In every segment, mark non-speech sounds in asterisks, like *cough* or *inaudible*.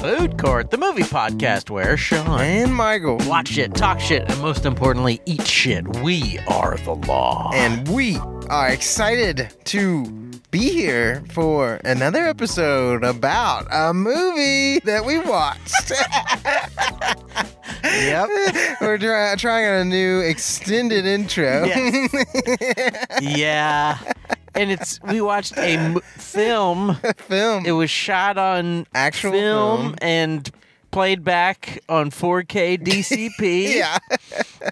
Food Court, the movie podcast where Sean And Michael. watch shit, talk shit, and most importantly, eat shit. We are the law. And we are excited to be here for another episode about a movie that *laughs* we watched. yep. We're try- trying a new extended intro. *laughs* yeah. And it's we watched a m- film. *laughs* Film. It was shot on Actual film. and played back on 4K DCP. *laughs* *laughs* yeah.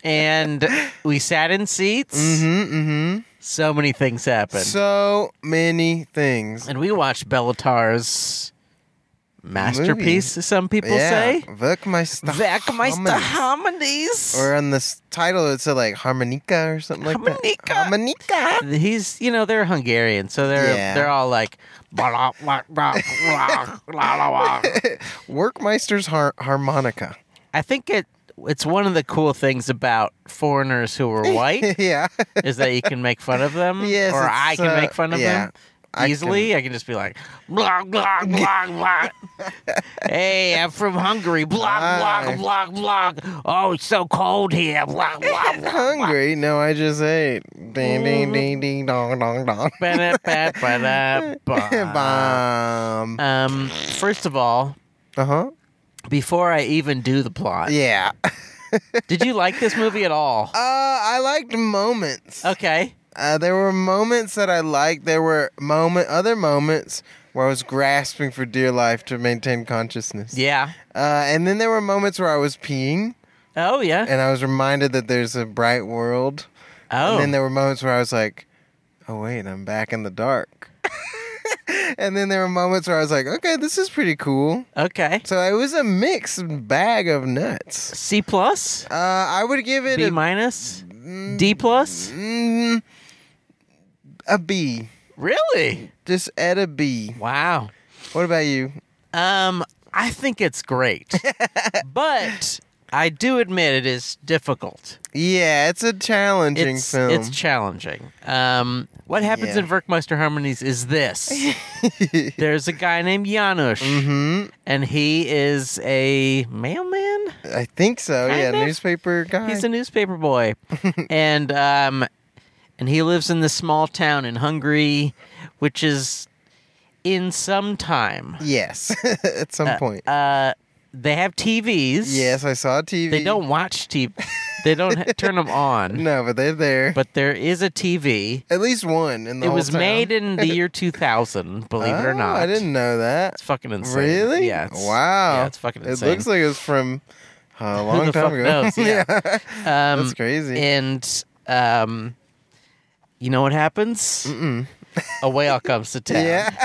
And we sat in seats. Mm-hmm, So many things hmm happened. So many things. and we watched Bellatar's masterpiece, some people yeah. say. Werkmeister Werkmeister Harmonies. Harmonies. Or on the s- title, it's a, like harmonica or something like Harmonica. that. Harmonica. *laughs* He's, you know, they're Hungarian, so they're Yeah. they're all like, blah, blah, blah, blah, *laughs* blah, blah. Workmeister's har- harmonica. *laughs* I think it it's one of the cool things about foreigners who are *laughs* white yeah. is that you can make fun of them, Yes, or it's, I can uh, make fun of yeah. them I can- easily. I can just be like, blah, blah, blah, *laughs* blah. hey, I'm from Hungary. Blah, Hi. blah, blah, blah. Oh, it's so cold here. Blah, blah, *laughs* blah. Hungry? No, I just ate. Ding, ding, ding, ding, dong, *laughs* dong, dong. *laughs* Ba-da-ba-ba-da-ba. Bomb. Um, first of all, Uh huh. before I even do the plot, *laughs* Yeah. Uh, did you like this movie at *laughs* all? I liked moments. Okay. Uh, there were moments that I liked. There were moment, other moments where I was grasping for dear life to maintain consciousness. Yeah. Uh, and then there were moments where I was peeing Oh yeah. and I was reminded that there's a bright world. And then Oh. there were moments where I was like, oh, wait, I'm back in the *laughs* dark. and then there were moments where I was like, okay, this is pretty cool. Oh, Okay. So it was a mixed bag of nuts. C plus, Uh, I would give it B a, minus, D plus. mm, a B. Really? Just at a B. Wow. What about you? Um, I think it's *laughs* great, but I do admit it is difficult. Yeah, it's a challenging It's film. *laughs* it's challenging. Um, what happens Yeah. in Werkmeister Harmonies is *laughs* this: there's a guy named Janusz, hmm and he is a mailman. I think so. Kind yeah, of. newspaper guy. He's a newspaper *laughs* boy, and um, and he lives in this small town in Hungary, which is in some time. yes, *laughs* at some point. Uh, they have TVs. yes, I saw TV. they don't watch *laughs* TV. they don't ha- turn them on. No, but they're there. But there is a TV. At least one in the It whole was town. made in the year 2000. Believe it Oh, or not, I didn't know that. It's fucking insane. Really? Yeah. It's, wow. Yeah, it's fucking insane. It looks like it's from uh, *laughs* a long the time fuck ago. knows? *laughs* Yeah. *laughs* um, that's crazy. And um, you know what happens? Mm-mm. A whale comes *laughs* to town. Yeah.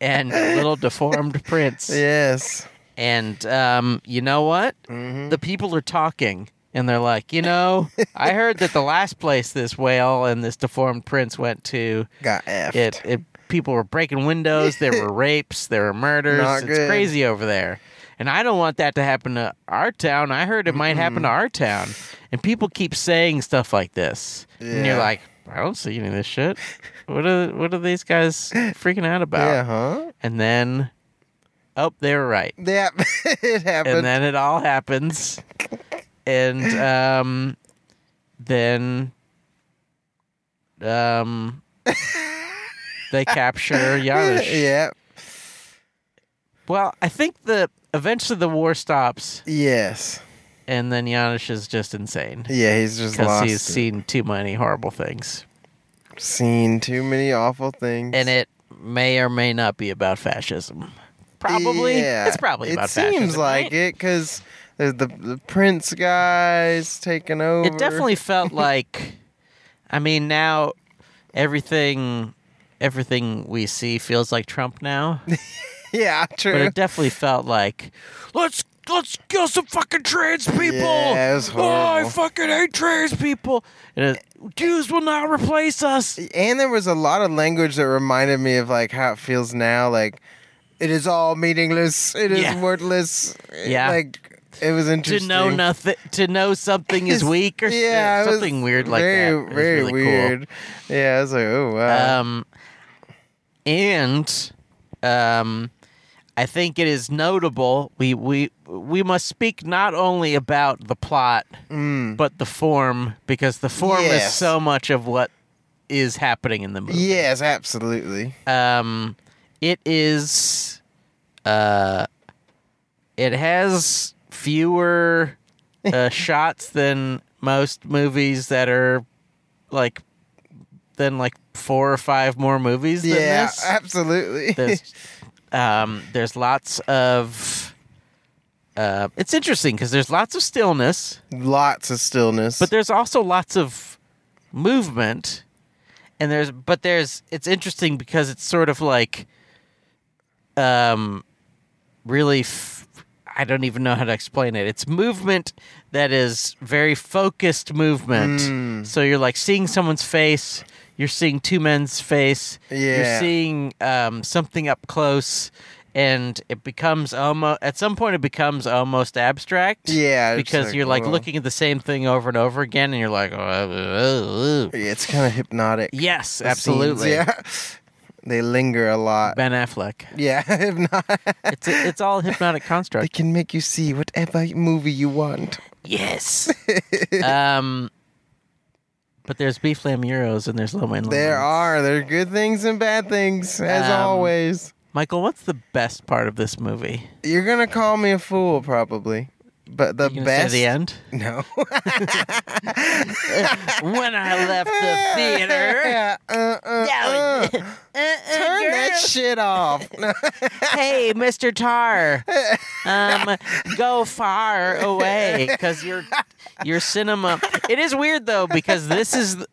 And a little *laughs* deformed prince. Yes. And um, you know what? Mm-hmm. The people are talking. And they're like, you know, I heard that the last place this whale and this deformed prince went to, Got effed. it, it people were breaking windows, there *laughs* were rapes, there were murders. Not it's good. crazy over there. And I don't want that to happen to our town. I heard it might happen to our town. And people keep saying stuff like this. And you're Yeah. like, I don't see any of this shit. What are what are these guys freaking out about? Yeah, huh? And then Oh, they were right. Yeah, *laughs* it happened. And then it all happens. and um then um they capture Janusz. *laughs* yeah. Well, I think the eventually the war stops, Yes. and then Janusz is just insane Yeah, he's just because lost. he's it. seen too many horrible things, Seen too many awful things. and it may or may not be about fascism. Probably, Yeah. it's probably it about seems fascism, like right? it because the, the prince guys taking over. It definitely felt like, I mean, now everything, everything we see feels like Trump now. *laughs* Yeah, true. *laughs* but it definitely felt like let's let's kill some fucking trans people. Yeah, it was Oh, I horrible. fucking hate trans people. And it, Jews will not replace us. and there was a lot of language that reminded me of like how it feels now like it is all meaningless it is Yeah. worthless Yeah. like it was To interesting know nothing, to know something *laughs* is weak, or yeah it was something weird like very, that. It was very really cool. weird yeah i was like oh wow Um, and um, I think it is notable we we we must speak not only about the plot but the form because the form is Yes. so much of what is happening in the movie. Yes, absolutely. Um, it is. Uh, it has fewer uh, shots than most movies that are like than like four or five more movies than Yeah, this. absolutely. *laughs* There's, um, there's lots of. Uh, it's interesting because there's lots of stillness, Lots of stillness. but there's also lots of movement, and there's but there's it's interesting because it's sort of like, um, really, f- I don't even know how to explain it. It's movement that is very focused movement. So you're like seeing someone's face, you're seeing two men's face, you're Yeah. seeing um, something up close. And it becomes almost at some point it becomes almost abstract yeah, it's because you're like whoa. looking at the same thing over and over again, and you're like, oh, oh, oh, oh." Yeah, it's kind of hypnotic. yes, the scenes, absolutely, yeah, *laughs* they linger a lot. Ben Affleck. Yeah, *laughs* hypnotic. It's it's all hypnotic They construct. can make you see whatever movie you want. *laughs* *laughs* yes. um, but there's beef lamuros and there's lo mein lo There mein. are there are good things and bad things as Um, always. Michael, what's the best part of this movie? You're gonna call me a fool probably, but the You gonna best. say the end. *laughs* No. *laughs* when I left the theater. Yeah, uh, uh, Yeah, *laughs* uh. uh, uh, Turn that girl. *laughs* shit off. hey, Mr. *laughs* Tar, um, go far away because your your cinema. It is weird though because this is th-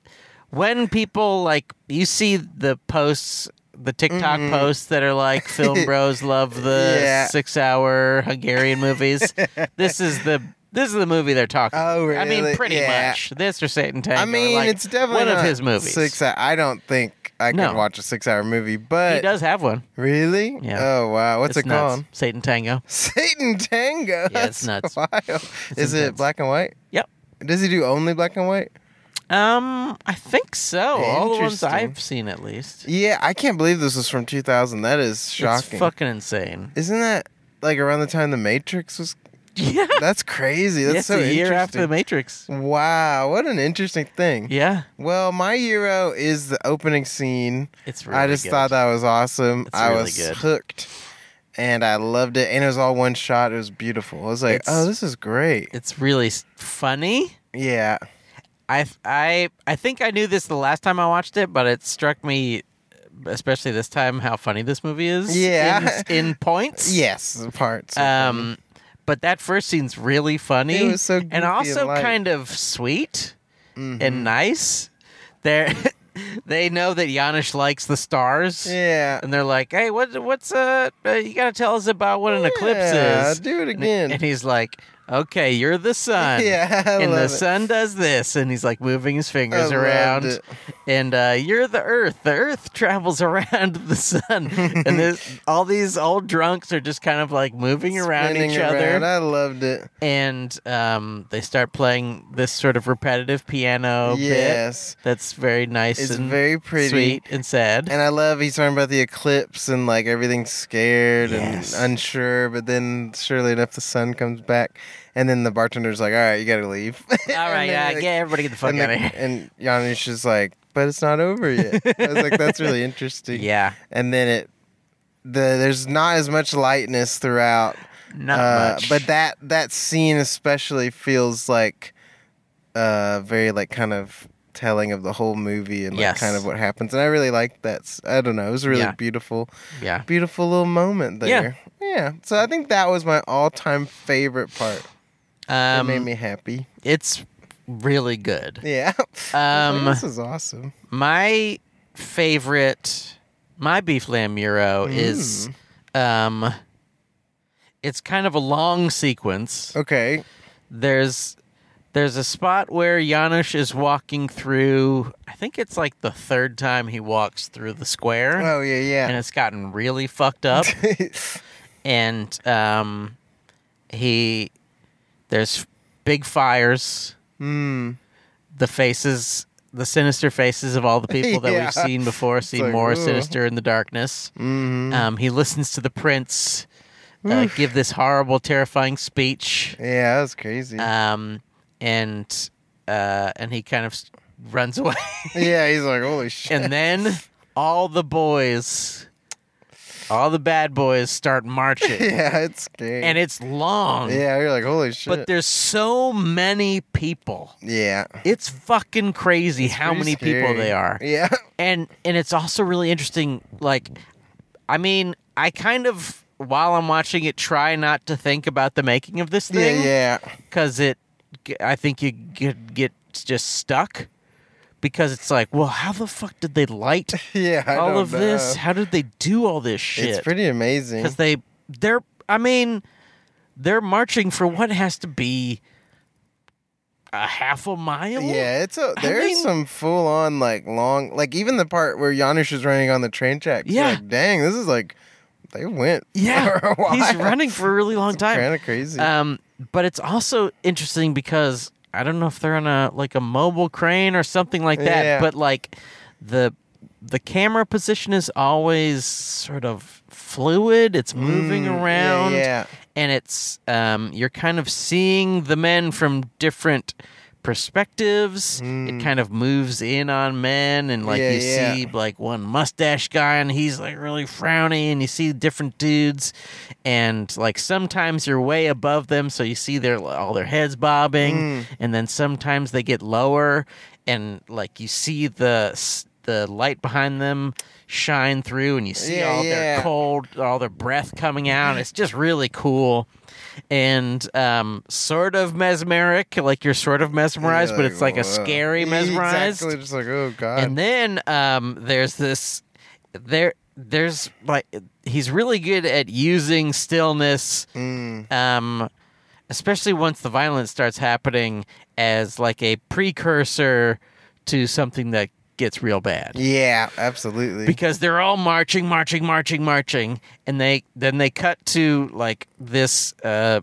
when people like you see the posts, the TikTok posts that are like *laughs* film bros love the Mm-hmm. Yeah. six hour Hungarian *laughs* movies. this is the. This is the movie they're talking. Oh, about. I mean, really? pretty Yeah. much this or Satan Tango. I mean, like, it's definitely one of not his movies. Six. hou- I don't think I No. could watch a six-hour movie, but he does have one. really, Yeah. Oh wow, what's it's it nuts. called? Satan Tango. Satan Tango. Yeah, it's nuts. That's Wild. Is it intense. black and white? Yep. Does he do only black and white? Um, I think so. All the ones Interesting. I've seen, at least. Yeah, I can't believe this was from 2000. That is shocking. It's fucking insane. *laughs* Isn't that like around the time The Matrix was? *laughs* *laughs* Yeah, That's crazy. That's it's so a year after The interesting. Matrix. Wow, what an interesting thing. Yeah, Well, my hero is the opening scene. it's really. I just thought that was awesome. It's I really was good. hooked, and I loved it. And it was all one shot. It was beautiful. I was like, It's- "Oh, this is great." it's really s- funny. Yeah, I I I think I knew this the last time I watched it, but it struck me, especially this time, how funny this movie is. Yeah. in, *laughs* in points. yes, the parts. are funny. Um, but that first scene's really funny. It was so goofy and and also light. Mm-hmm. kind of sweet and nice. They *laughs* they know that Janusz likes the stars. yeah. And they're like, "Hey, what what's uh, uh you got to tell us about what an eclipse Yeah, is?" do it And- *laughs* again. And he's like, "Okay, you're the sun." *laughs* Yeah, I and the love it. sun does this, and he's like moving his fingers I loved around. it. And uh, you're the earth. The earth travels *laughs* around the sun, and there's all these old drunks are just kind of like moving around Spinning each around. other, I loved it. and um, they start playing this sort of repetitive piano bit yes, that's very nice it's and very pretty. sweet and sad. And I love he's talking about the eclipse and like everything's scared Yes. and unsure, but then surely enough the sun comes back, and then the bartender's like, "All right, you gotta leave." *laughs* all right, yeah, yeah, everybody get the fuck and, out of the, here. and Janusz is like, "But it's not over yet." I was like, *laughs* "That's really interesting." Yeah, And then it, the there's not as much lightness throughout, not uh, much. but that that scene especially feels like, uh, very like kind of telling of the whole movie and like Yes. kind of what happens. And I really liked that. s- I don't know, it was really Yeah. beautiful, yeah, beautiful little moment Yeah. there. Yeah. So I think that was my all time favorite part. It um, made me happy. *laughs* it's really good. Yeah. I was like, Um, this is awesome. my favorite, my beef lamb muro is, Hmm. um, it's kind of a long sequence. Okay. There's there's a spot where Janusz is walking through. I think it's like the third time he walks through the square, Oh yeah, yeah. uh, and it's gotten really fucked *laughs* up. and um, he there's big fires. mm. The faces, the sinister faces of all *laughs* the people that Yeah. we've seen before, seem like, more "Ugh." sinister in the darkness. Mm-hmm. Um, he listens to the prince uh, give this horrible, terrifying speech. Yeah, that was crazy. Um, and uh, and he kind of s- runs away. *laughs* yeah, he's like, holy shit. *laughs* and then all the boys, all the bad boys, start marching, *laughs* yeah, it's scary. and it's long. yeah, you're like, holy shit. But there's so many people. yeah. It's fucking crazy how Pretty many scary. people they are. Yeah. *laughs* and and it's also really interesting like i mean i kind of while i'm watching it try not to think about the making of this Yeah, thing yeah. because it i think you get, get just stuck because it's like well how the fuck did they light Yeah. *laughs* I all don't of this know. how did they do all this It's shit pretty amazing. because they they're i mean they're marching for what has to be a half a mile Yeah, *laughs* it's a I there's mean- some full on like long like even the part where Janusz is running on the train tracks. Yeah. like, dang, this is like they went. *laughs* yeah for a while. he's *laughs* running for a really long time Kind of crazy. Um, but it's also interesting because I don't know if they're on a like a mobile crane or something like that. Yeah. But like the the camera position is always sort of fluid. It's moving Mm, yeah, around, Yeah, and it's um, you're kind of seeing the men from different perspectives. Mm. It kind of moves in on men, and like Yeah, you yeah. see like one mustache guy, and he's like really frowny, and you see different dudes, and like sometimes you're way above them, so you see their all their heads bobbing, Mm. and then sometimes they get lower, and like you see the s- the light behind them shine through, and you see Yeah, all their yeah. cold, all their breath coming out. It's just really cool and um, sort of mesmeric, like you're sort of mesmerized, You're but it's like a "Whoa." scary Yeah, mesmerized. Exactly, just like oh god. And then um, there's this there there's like he's really good at using stillness, Mm. um, especially once the violence starts happening as like a precursor to something that gets real bad Yeah, absolutely. because they're all marching, marching, marching, marching, and they then they cut to like this uh,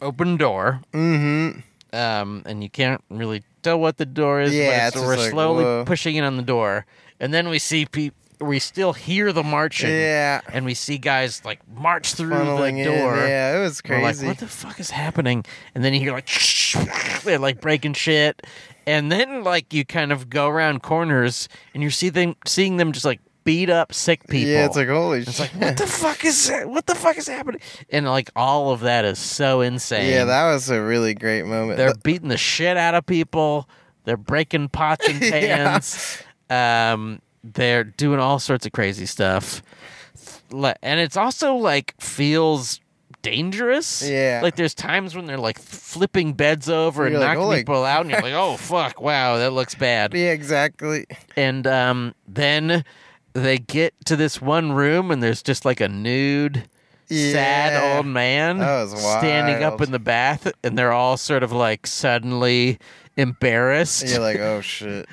open door, mm-hmm. um, and you can't really tell what the door is. Yeah, but it's it's, we're just like, slowly whoa. pushing in on the door, and then we see people. We still hear the marching, Yeah, and we see guys like march through funneling the door. in. Yeah, it was We're crazy. like, what the fuck is happening? And then you hear like, *laughs* they're like breaking shit, and then like you kind of go around corners and you see them seeing them just like beat up sick people. Yeah, it's like holy It's like shit. *laughs* what the fuck is that? what the fuck is happening? And like all of that is so insane. yeah, that was a really great moment. they're Th- beating the shit out of people. They're breaking pots and *laughs* Yeah. pans. um, they're doing all sorts of crazy stuff, Le- and it's also like feels dangerous. Yeah. like there's times when they're like flipping beds over and You're like, knocking "Holy people out, and you're *laughs* like, oh fuck, wow, that looks bad yeah, exactly. and um, then they get to this one room and there's just like a nude sad Yeah. old man That was standing up wild. in the bath and they're all sort of like suddenly embarrassed And you're like, oh shit,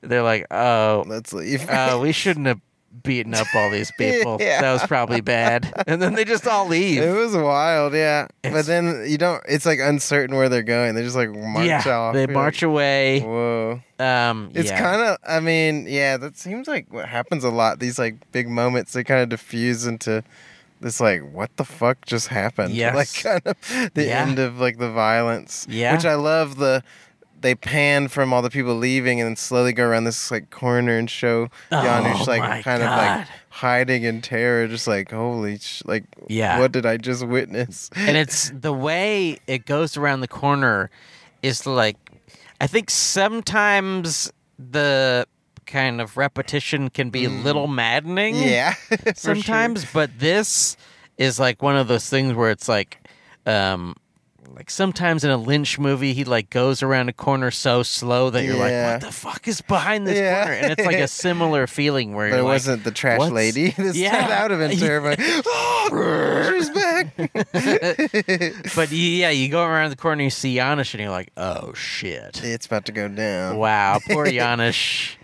they're like *laughs* oh let's leave. uh, we shouldn't have beaten up all these people *laughs* Yeah. that was probably bad and then they just all It leave was wild, yeah. It's- but then you don't. It's like uncertain where they're going. They just like march yeah off. they You're march Like, away Whoa! um It's yeah. kind of. I mean, yeah. That seems like what happens a lot. These like big moments they kind of diffuse into this like what the fuck just happened. *laughs* Yes. Like kind of the Yeah. end of like the violence. Yeah. Which I love the. They pan from all the people leaving and then slowly go around this like corner and show Oh, Janusz my like kind of like God. hiding in terror, just like holy sh- like Yeah. what did I just witness? and it's the way it goes around the corner is like I think sometimes the kind of repetition can be a little maddening. Mm. *laughs* Yeah. for sure. Sometimes, but this is like one of those things where it's like um like sometimes in a Lynch movie he like goes around a corner so slow that you're Yeah. like what the fuck is behind this Yeah. corner and it's like a similar feeling where *laughs* But you're it like, wasn't the trash what's- lady. *laughs* This Yeah. time that would have been *laughs* terrifying. oh, she's back. but yeah, you go around the corner you see Janusz and you're like oh shit. it's about to go down. *laughs* Wow, poor Janusz.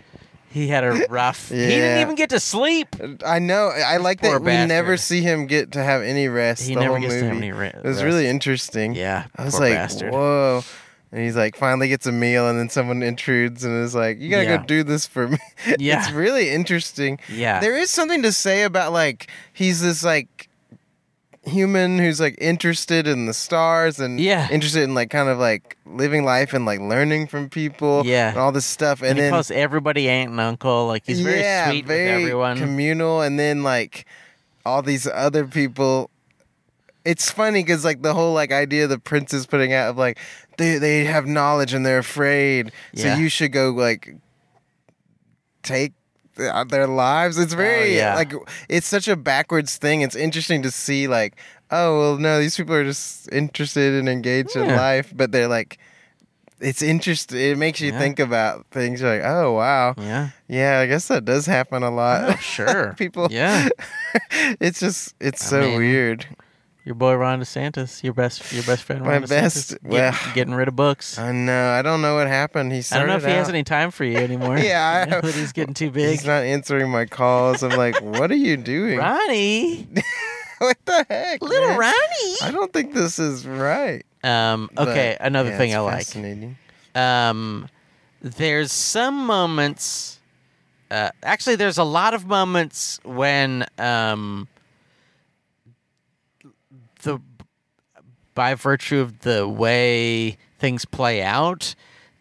He had a rough. He didn't Yeah. even get to sleep. I know. I like Poor that we never bastard. see him get to have any rest. He the never whole gets movie. to have any rest. It was really interesting. Yeah, I was poor like, bastard. whoa. And he's like, finally gets a meal, and then someone intrudes and is like, you gotta Yeah. go do this for me. *laughs* Yeah. it's really interesting. Yeah. There is something to say about like he's this like human who's like interested in the stars and Yeah. interested in like kind of like living life and like learning from people Yeah. and all this stuff and, And, he then calls everybody aunt and uncle. Like he's very yeah, sweet very with everyone. communal and then like all these other people it's funny because like the whole like idea the prince is putting out of like they they have knowledge and they're afraid Yeah. so you should go like take th- uh, their lives it's very Oh, yeah. like it's such a backwards thing it's interesting to see like oh well no these people are just interested and engaged in Yeah. life but they're like it's interesting it makes you Yeah. think about things you're like oh wow yeah. yeah, I guess that does happen a Oh, *laughs* *laughs* lot. sure. People, Yeah. it's just it's I so mean, weird. Your boy Ron DeSantis, your best, your best friend. My Ron best- DeSantis, get- well- getting rid of books. I know. I don't know what happened. I He don't started know if he out, has any time for you anymore. *laughs* Yeah, *laughs* You I- know that he's getting too big. He's not answering my calls. I'm like, what are you doing? Ronnie, *laughs* what the heck, little man? I Ronnie. don't think this is right. Um. But, Okay. another yeah, thing it's I like. Fascinating. um, there's some moments. Uh, actually, there's a lot of moments when um, the by virtue of the way things play out,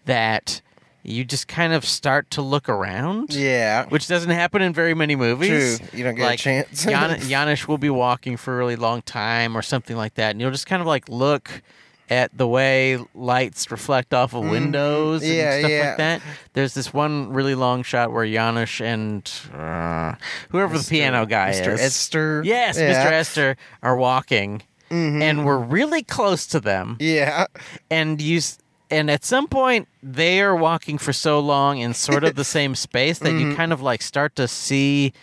that you just kind of start to look around, Yeah, which doesn't happen in very many true. movies. You don't get Like a chance. *laughs* Jan- Janish will be walking for a really long time or something like that, and you'll just kind of like look at the way lights reflect off of windows Mm-hmm. Yeah, and stuff yeah. like that. There's this one really long shot where Janish and uh, whoever the piano guy Mr. is, Esther. yes, yeah. Mm-hmm. Mr. Esther, are walking, and we're really close to them, Yeah, and you. s- And at some point, they are walking for so long in sort of *laughs* the same space that Mm-hmm. you kind of like start to see.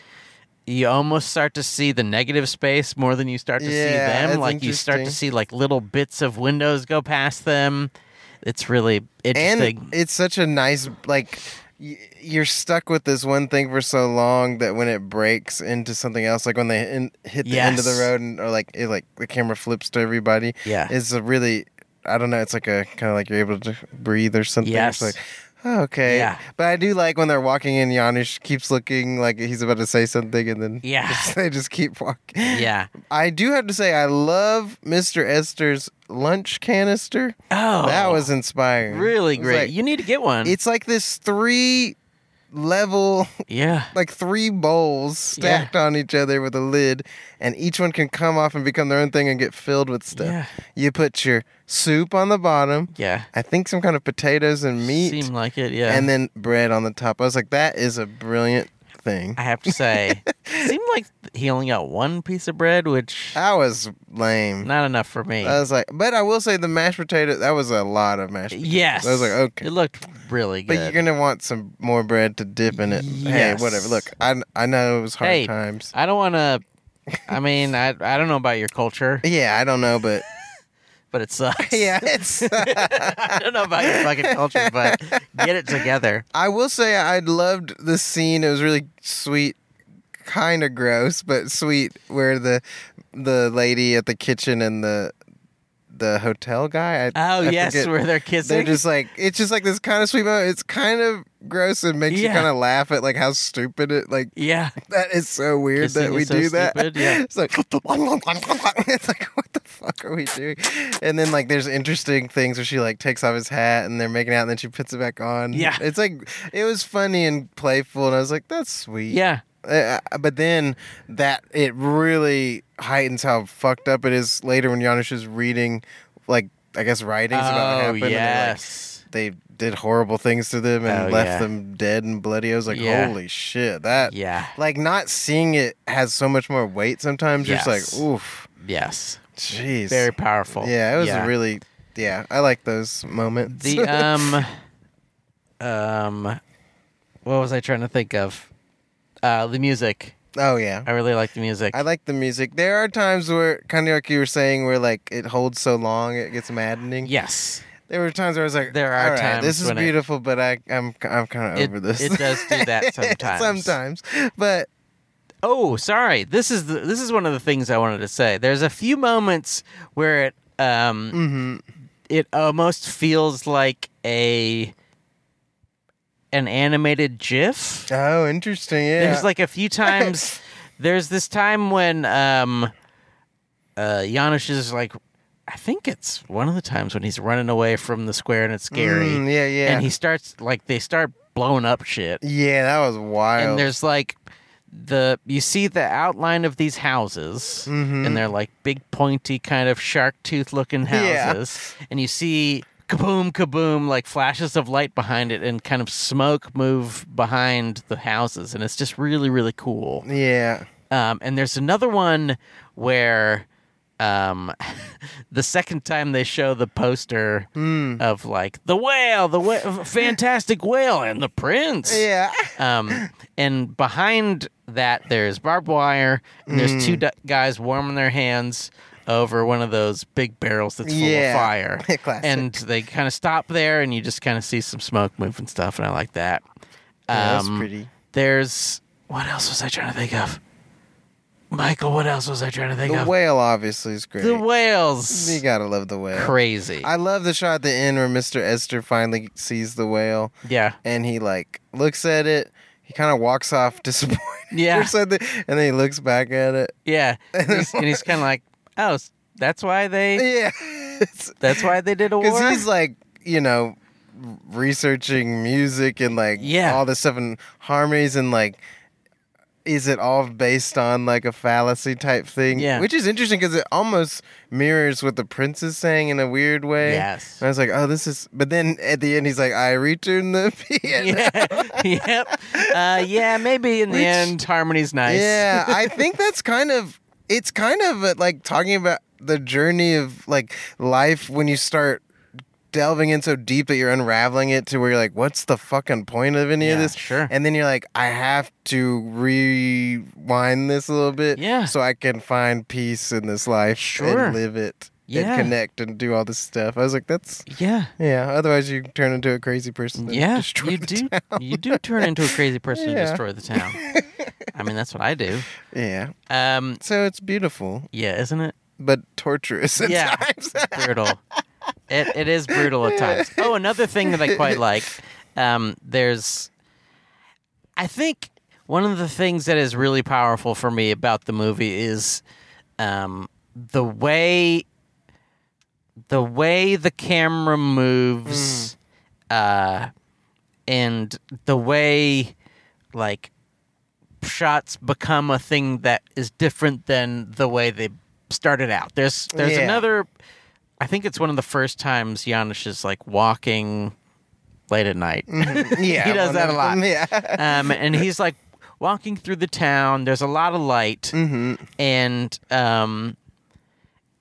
You almost start to see the negative space more than you start to see Yeah, them. that's Like you start to interesting. see like little bits of windows go past them. It's really interesting. and it's such a nice like y- you're stuck with this one thing for so long that when it breaks into something else like when they in, hit the end of the Yes. road and or like it like the camera flips to everybody Yeah. it's a really i don't know it's like a kind of like you're able to breathe or something Yes. it's like oh, okay Yeah. but i do like when they're walking in janusz keeps looking like he's about to say something and then Yeah. *laughs* just- they just keep walking yeah. i do have to say i love mr esther's lunch canister Oh, that was inspiring really It was great. like- you need to get one. it's like this three level *laughs* yeah. like three bowls Yeah. stacked on each other with a lid and each one can come off and become their own thing and get filled with stuff Yeah. you put your soup on the bottom Yeah. i think some kind of potatoes and meat Seemed like it. Yeah. and then bread on the top i was like that is a brilliant thing I have to *laughs* say, it seemed like he only got one piece of bread, which that was lame not enough for me. i was like but i will say the mashed potato that was a lot of mashed potatoes yes. i was like okay It looked really but good. you're gonna want some more bread to dip in it. Yes. Hey, whatever. Look, I, I know it was hard Hey, times. I don't want to. I *laughs* mean, I I don't know about your culture, Yeah, I don't know, but but it sucks. *laughs* yeah, it's. *laughs* I don't know about your fucking culture, but get it together. I will say I loved the scene. It was really sweet, kind of gross, but sweet. Where the the lady at the kitchen and the the hotel guy. I, Oh *laughs* I yes, forget. where they're kissing. They're just like it's just like this kind of sweet moment. It's kind of gross and makes Yeah. you kind of laugh at like how stupid it like yeah, that is so weird that Kissing we is so do that. stupid, yeah. *laughs* It's like it's like what the fuck are we doing? And then like there's interesting things where she like takes off his hat and they're making out and then she puts it back on. Yeah. It's like it was funny and playful and I was like that's sweet. yeah, Uh, but then that it really heightens how fucked up it is later when Janusz is reading like I guess writings about what oh happened. and they're like, yes, they did horrible things to them and Oh, left yeah. them dead and bloody. I was like, Yeah. holy shit, that yeah, like not seeing it has so much more weight sometimes. You're Yes. Just like, oof, yes, jeez. very powerful. yeah, it was really yeah. I like those moments. *laughs* the um, um, what was I trying to think of? Uh, the music. oh yeah. I really like the music. I like the music. There are times where, kind of like you were saying, where like it holds so long, it gets maddening. yes, There were times where I was like, There are "All right, times this is when it- beautiful, but I, I'm, I'm kind of It- over this. it does do *laughs* that sometimes. sometimes, but Oh, sorry. This is the, this is one of the things I wanted to say. There's a few moments where it um Mm-hmm. it almost feels like a an animated GIF. oh, interesting. Yeah, *laughs* There's like a few times. there's this time when um, uh, Janusz is like, I think it's one of the times when he's running away from the square and it's scary. Mm, yeah, yeah. And he starts like they start blowing up shit. yeah, that was And wild. there's like the you see the outline of these houses Mhm. and they're like big pointy kind of shark tooth looking Yeah. houses and you see kaboom kaboom like flashes of light behind it and kind of smoke move behind the houses and it's just really really cool yeah. um, and there's another one where um, *laughs* the second time they show the poster of like the whale, the whale, fantastic whale, and the prince. Yeah. Um, and behind that, there's barbed wire, and there's Mm. two d- guys warming their hands over one of those big barrels that's full Yeah. of fire. *laughs* Classic. And they kind of stop there, and you just kind of see some smoke move and stuff, and I like that. Yeah, that's Um, pretty. there's what else was I trying to think of? Michael, what else was I trying to think The of? whale obviously is great. the whales. you gotta love the whale. Crazy. I love the shot at the end where Mr. Esther finally sees the whale yeah. and he like looks at it. He kind of walks off *laughs* disappointed Yeah. or something, and then he looks back at it. Yeah. And he's, and *laughs* he's kind of like, "Oh, s- that's why they Yeah, *laughs* that's why they did a war." because he's like you know researching music and like Yeah. all this stuff and harmonies and like is it all based on like a fallacy type thing? Yeah. which is interesting because it almost mirrors what the prince is saying in a weird way. yes. And I was like, oh, this is. But then at the end, he's like, I return the *laughs* piano. *laughs* yeah. yep. Uh, yeah, maybe in the Which- end harmony's nice. Yeah, I think that's kind of it's kind of uh, like talking about the journey of like life when you start delving in so deep that you're unraveling it to where you're like, what's the fucking point of any of Yeah, this? sure. And then you're like, I have to rewind this a little bit, Yeah. so I can find peace in this life Sure. and live it. Yeah. And connect and do all this stuff. I was like, that's Yeah. yeah. Otherwise, you turn into a crazy person. and Yeah, destroy you the do. town. You do turn into a crazy person and Yeah. destroy the town. *laughs* I mean, that's what I do. Yeah. Um, So it's beautiful, yeah, isn't it? but torturous *laughs* at Yeah. times. brutal. It it is brutal at *laughs* times. Oh, another thing that I quite like. Um, there's, I think one of the things that is really powerful for me about the movie is, um, the way, the way the camera moves, uh, and the way, like, shots become a thing that is different than the way they started out. There's there's Yeah. another I think it's one of the first times Janusz is like walking late at night. yeah, He does one that of a lot. them, *laughs* Yeah. um and he's like walking through the town. There's a lot of light hmm and um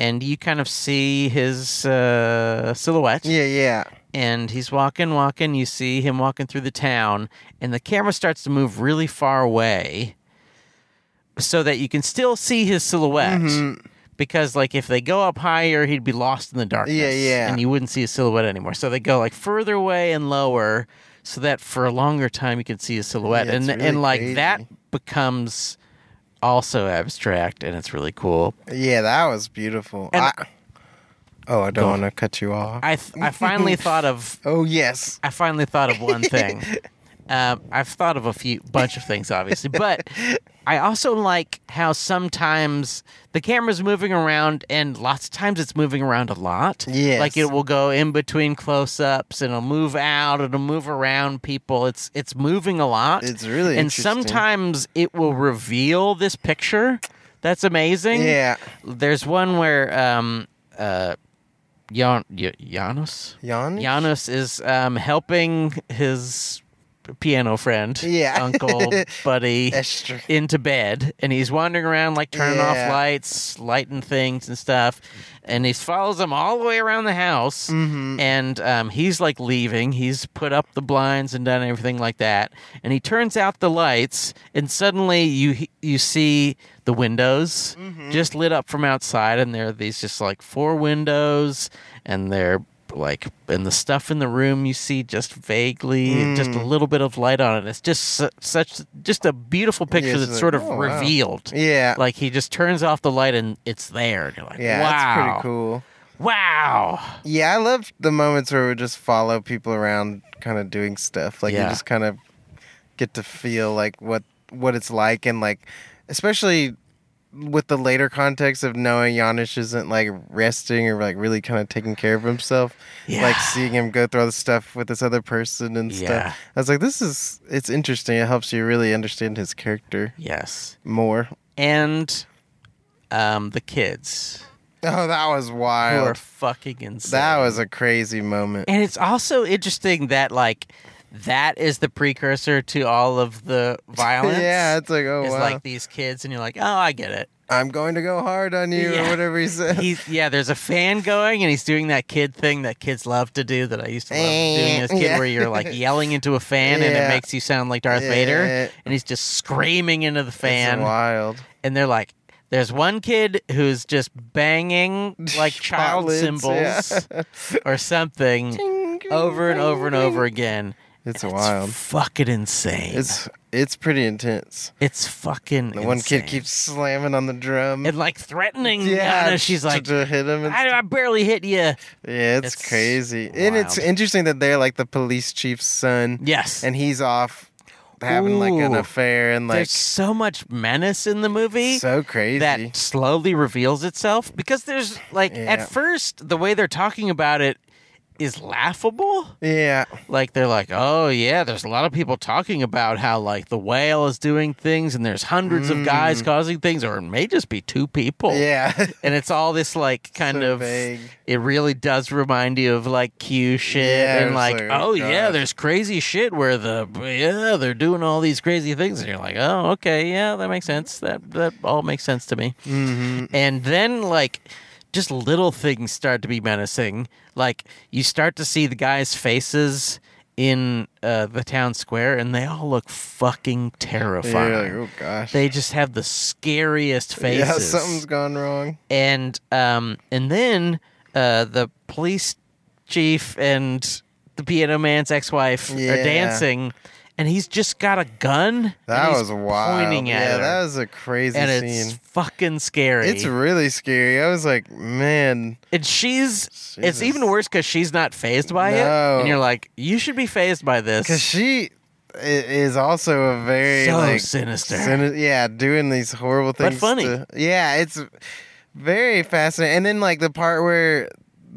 and you kind of see his uh, silhouette Yeah, yeah. and he's walking, walking. You see him walking through the town, and the camera starts to move really far away so that you can still see his silhouette. Mm-hmm. Because, like, if they go up higher, he'd be lost in the darkness. Yeah, yeah. And you wouldn't see his silhouette anymore. So they go, like, further away and lower so that for a longer time you can see his silhouette. Yeah, it's and, really and, like, crazy. that becomes also abstract and it's really cool. Yeah, that was beautiful. And- I, oh, I Go. don't want to cut you off. I, th- *laughs* I finally thought of oh, yes. I finally thought of one *laughs* thing. um, I've thought of a few bunch of things, obviously, but I also like how sometimes the camera's moving around, and lots of times it's moving around a lot. Yes. like it will go in between close-ups, and it'll move out, it'll move around people. It's it's moving a lot. It's really and interesting. sometimes it will reveal this picture. That's amazing. Yeah. There's one where um uh, Jan- Y- Janus. Jan? Giannis is um, helping his piano friend, Yeah. uncle, *laughs* buddy, Esther. *laughs* into bed, and he's wandering around like turning Yeah. off lights, lighting things and stuff, and he follows him all the way around the house, and um, he's like leaving. He's put up the blinds and done everything like that, and he turns out the lights, and suddenly you you see the windows just lit up from outside, and there are these just like four windows, and they're like and the stuff in the room you see just vaguely just a little bit of light on it it's just su- such just a beautiful picture Yes, that's like, sort of oh, wow. revealed Yeah. like he just turns off the light and it's there and you're like yeah, wow that's pretty cool. wow Yeah, I loved the moments where we just follow people around kind of doing stuff. Like you Yeah. just kind of get to feel like what what it's like and like especially with the later context of knowing Giannis isn't like resting or like really kind of taking care of himself, Yeah. like seeing him go through all the stuff with this other person and Yeah. stuff. I was like, this is it's interesting. It helps you really understand his character Yes. more. And um, the kids Oh, that was who are wild. fucking insane. That was a crazy moment. and it's also interesting that like that is the precursor to all of the *laughs* violence. *laughs* yeah, it's like oh is wow, like these kids, and you're like, oh, I get it. I'm going to go hard on you Yeah. or whatever he said. He's yeah. There's a fan going, and he's doing that kid thing that kids love to do. That I used to love doing as a kid, Eh, Yeah. where you're like yelling into a fan, and it Yeah. makes you sound like Darth Vader, Yeah. and he's just screaming into the It's fan. wild. And they're like, there's one kid who's just *laughs* banging like child Solids, symbols yeah. *laughs* or something over and over and over again. It's It's wild. fucking insane. It's It's it's pretty intense. it's fucking. The one kid insane. keeps slamming on the drum. and like threatening. yeah, Yana. she's to- like, to hit him. and- I, I barely hit you. yeah, it's, it's crazy, and it's wild. interesting that they're like the police chief's son, Yes, and he's off having like an Ooh. affair and like there's so much menace in the movie so crazy. that slowly reveals itself because there's like Yeah. at first the way they're talking about it is laughable. yeah, Like they're like, oh yeah, there's a lot of people talking about how like the whale is doing things and there's hundreds of guys causing things, or it may just be two people. Mm. yeah, *laughs* And it's all this like kind So of vague. it really does remind you of like Q shit Yeah, and it's like, like, oh, oh, yeah, gosh. there's crazy shit where the yeah they're doing all these crazy things and you're like, oh okay, yeah, that makes sense. That that all makes sense to me. Mhm. And then like just little things start to be menacing. Like you start to see the guys' faces in uh, the town square and they all look fucking Yeah, terrifying. you're like, oh gosh, They just have the scariest faces yeah, *laughs* something's gone wrong. and um and then uh the police chief and the piano man's ex-wife are Yeah. dancing and he's just got a gun That and was he's wild. pointing at yeah, her that was a crazy and scene. it's fucking scary It's really scary. I was like, man, and she's it's Jesus. even worse because she's not phased by it No. and you're like you should be phased by because this she i- is also a very so like sinister sini- yeah, doing these horrible But things. funny. to- yeah, it's very fascinating. And then like the part where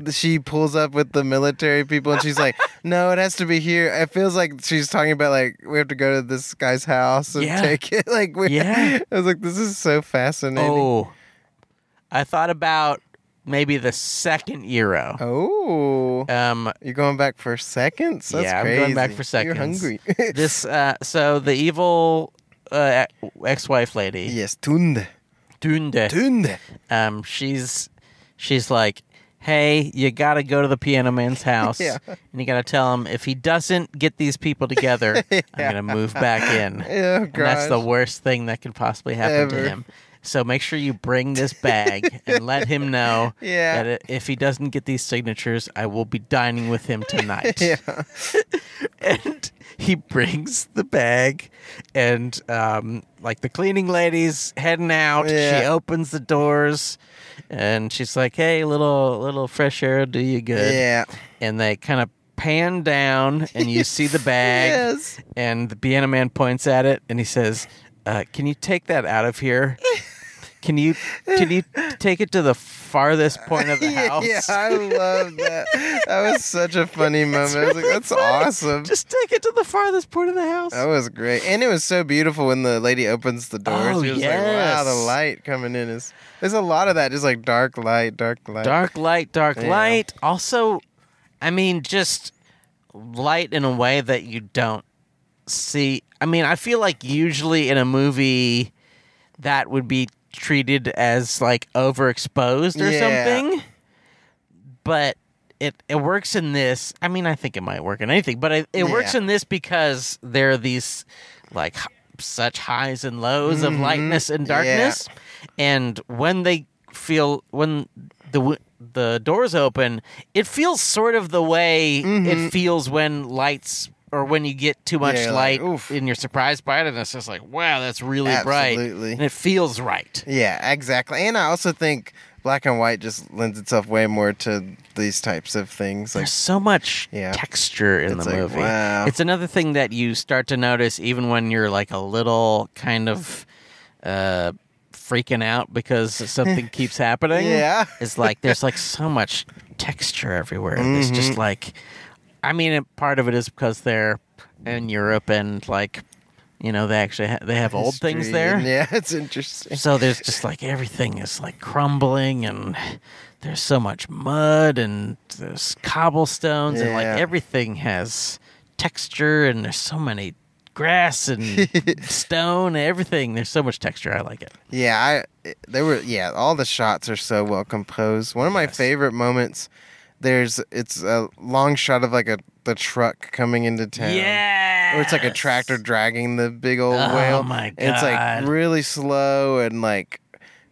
th- she pulls up with the military people and *laughs* she's like, "No, it has to be here." It feels like she's talking about like we have to go to this guy's house and Yeah. take it. *laughs* Like, we- Yeah. I was like, this is so fascinating. oh i thought about maybe the second euro Oh. um You're going back for seconds? That's Yeah, I'm crazy. going back for You're seconds. hungry. this uh so the evil uh, ex-wife lady *laughs* yes, tunde. Dunde Tunde. um she's she's like hey you got to go to the piano man's house Yeah. and you got to tell him if he doesn't get these people together i'm going to move back in Oh, and gosh. that's the worst thing that could possibly happen to Ever. him so make sure you bring this bag *laughs* and let him know Yeah. that i- if he doesn't get these signatures i will be dining with him tonight *laughs* Yeah. *laughs* and he brings the bag and um like the cleaning lady's heading out she Yeah. opens the doors and she's like hey little little fresh air will do you good Yeah. and they kind of pan down and you see *laughs* the bag Yes. and the piano man points at it and he says uh, can you take that out of here can you can you take it to the farthest point of the *laughs* Yeah, house yeah, I love that. that was *laughs* such a funny moment. I was like, really *laughs* that's funny. awesome. just take it to the farthest point of the house that was great. And it was so beautiful when the lady opens the door. Oh, she was like, wow, the yes. light coming in is. There's a lot of that, just like dark light, dark light. dark light dark Yeah. light also i mean just light in a way that you don't see i mean i feel like usually in a movie that would be treated as like overexposed or Yeah. something but it it works in this i mean i think it might work in anything but it, it works Yeah. in this because there are these like h- such highs and lows of Mm-hmm. lightness and Yeah. darkness and when they feel when the w- the doors open it feels sort of the way it feels when lights or when you get too much Mm-hmm. Yeah, light like, oof. and you're surprised by it and it's just like wow that's really bright Absolutely. and it feels right Yeah, exactly. And I also think black and white just lends itself way more to these types of things. Like, there's so much Yeah. texture in It's the like, movie wow. it's another thing that you start to notice even when you're like a little kind of uh freaking out because *laughs* something keeps happening. Yeah. It's like there's like so much texture everywhere. and It's Mm-hmm. just like, I mean, and part of it is because they're in Europe and like, you know, they actually ha- they have old things History, there. and *laughs* Yeah, it's interesting. So there's just like everything is like crumbling and there's so much mud and there's cobblestones and like Yeah. everything has texture and there's so many grass *laughs* and stone and everything. There's so much texture. I like it. Yeah, I there were yeah, all the shots are so well composed. One of my Yes. favorite moments there's it's a long shot of like a the truck coming into town. Yeah. Or it's like a tractor dragging the big old Oh whale. my It's like God. really slow and like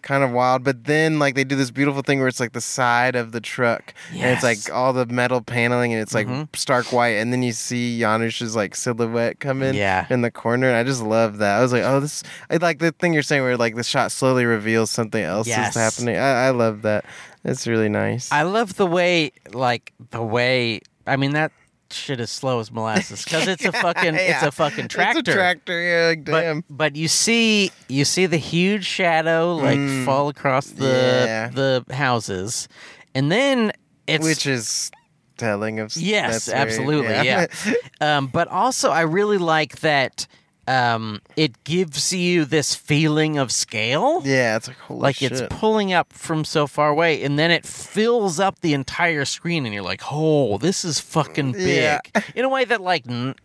kind of wild, but then like they do this beautiful thing where it's like the side of the truck and it's Yes. like all the metal paneling and it's like Mhm. stark white and then you see Janush's like silhouette come in Yeah. in the corner and I just love that. I was like, oh this I like the thing you're saying where like the shot slowly reveals something else Yes. is happening. I, I love that. It's really nice. I love the way, like the way. I mean that shit is slow as molasses because it's a fucking, it's *laughs* Yeah. a fucking tractor. It's a tractor, yeah, like, damn. But, but you see you see the huge shadow like Mm. fall across the Yeah. the houses, and then it's Which is telling of s- Yes, that's very- absolutely, yeah. um, but also I really like that um, it gives you this feeling of scale. *laughs* Yeah, it's like holy Like shit. it's pulling up from so far away, and then it fills up the entire screen, and you're like, "Oh, this is fucking big!" Yeah. *laughs* In a way that, like, n-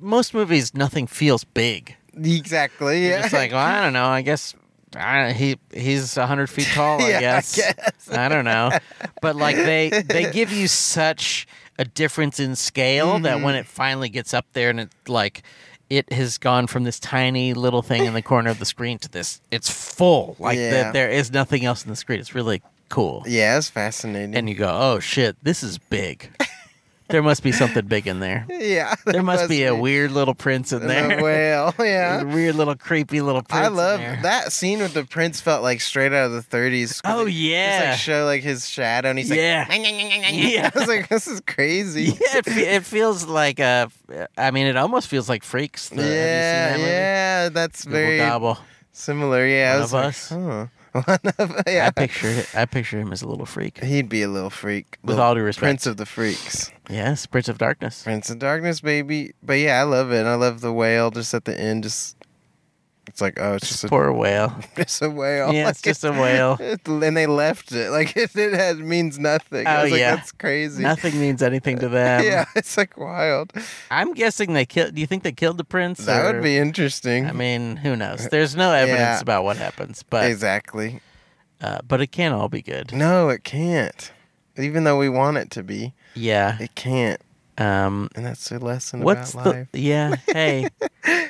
most movies, nothing feels big. exactly. Yeah, It's *laughs* like, well, I don't know. I guess I, he he's hundred *laughs* feet tall. I Yeah, I guess. guess. I don't know. But like they *laughs* they give you such a difference in scale that Mm-hmm. when it finally gets up there and it like it has gone from this tiny little thing in the corner of the screen to this it's full like Yeah. that there is nothing else in the screen it's really cool yeah, it's fascinating. and you go oh shit this is big there must be something big in *laughs* there yeah, there must be a weird little prince in there The whale, *laughs* *laughs* yeah. a weird little creepy little prince Uh, I in love there. that scene with the prince felt like straight out of the 30s. 'cause Oh, they Just yeah. like show like his shadow and he's *laughs* Yeah. like, Yeah. *laughs* I was like, this is crazy. *laughs* yeah, it, fe- it feels like uh, I mean, it almost feels like Freaks. The, have you seen yeah, that movie? yeah, that's Gobble very gobble. similar. Yeah, One I was of like, us. huh. *laughs* One of, yeah, I picture it, I picture him as a little freak. he'd be a little freak. With Little all due respect. prince of the freaks, Yes, Prince of Darkness. prince of darkness, baby. But yeah, I love it. And I love the whale just at the end. Just it's like, oh, it's just a, Poor whale. *laughs* it's a whale. Yeah, *laughs* it's just a whale. It, and they left it like *laughs* it, it had, means nothing. Oh, I was like, yeah. that's crazy. Nothing means anything to them. *laughs* yeah, it's like wild. I'm guessing they killed. Do you think they killed the prince? That or- would be interesting. I mean, who knows? There's no evidence Yeah. about what happens, but exactly. uh, but it can all be good. No, it can't. Even though we want it to be, Yeah. it can't. Um. And that's the lesson What's about the? life. Yeah. *laughs* Hey,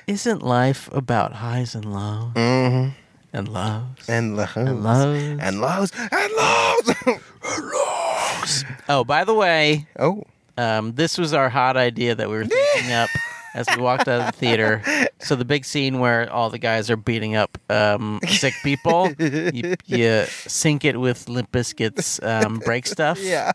isn't life about highs and lows hmm and lows And lows. and lows And lows. And lows. *laughs* And lows. Oh, by the way, Oh. um, this was our hot idea that we were thinking *laughs* up as we walked out of the theater. So the big scene where all the guys are beating up um, sick people, you, you sync it with Limp Bizkit's um, break stuff. Yeah.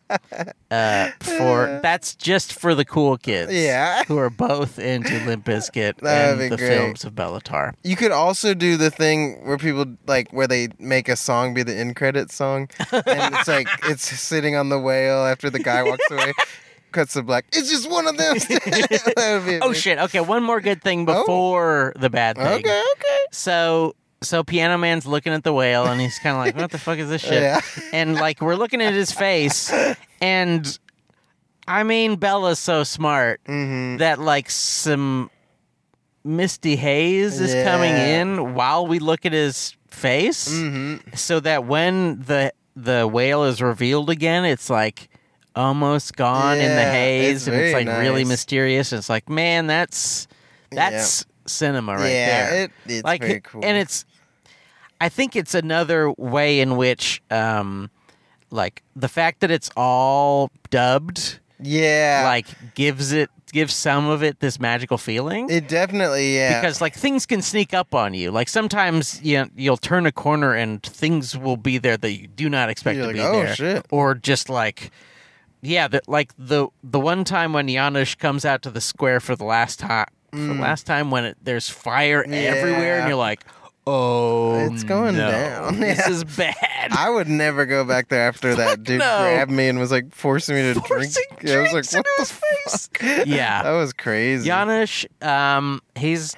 Uh, for that's just for the cool kids. Yeah. Who are both into Limp Bizkit That'd and be the great. films of Bellatar. *laughs* You could also do the thing where people like where they make a song be the end credit song, and *laughs* it's like it's sitting on the whale after the guy walks away, cuts the black. It's just one of *laughs* them. That would be Oh amazing. shit! Okay, one more good thing Oh. before the bad thing. Okay, okay. so so piano man's looking at the whale and he's kind of like what the fuck is this shit Yeah. and like we're looking at his face and i mean bella's so smart Mm-hmm. that like some misty haze is Yeah. coming in while we look at his face Mm-hmm. so that when the the whale is revealed again it's like almost gone in the Yeah, haze it's and it's very like really nice. mysterious and it's like man that's Yeah. that's cinema right yeah, there It, it's like very cool. and it's i think it's another way in which um like the fact that it's all dubbed yeah, like gives it gives some of it this magical feeling it definitely yeah. because like things can sneak up on you like sometimes you know, you'll turn a corner and things will be there that you do not expect You're to be like, "Oh, there shit." or just like yeah that like the the one time when Janusz comes out to the square for the last time for the last time when it, there's fire everywhere and Mm. Yeah. you're like oh, It's going no. down. *laughs* This Yeah. is bad. I would never go back there *laughs* after that dude no. grabbed me and was like forcing me to Forcing drink. Yeah, I was like, drinks what into the his face. fuck? *laughs* Yeah. that was crazy. Janusz, um, he's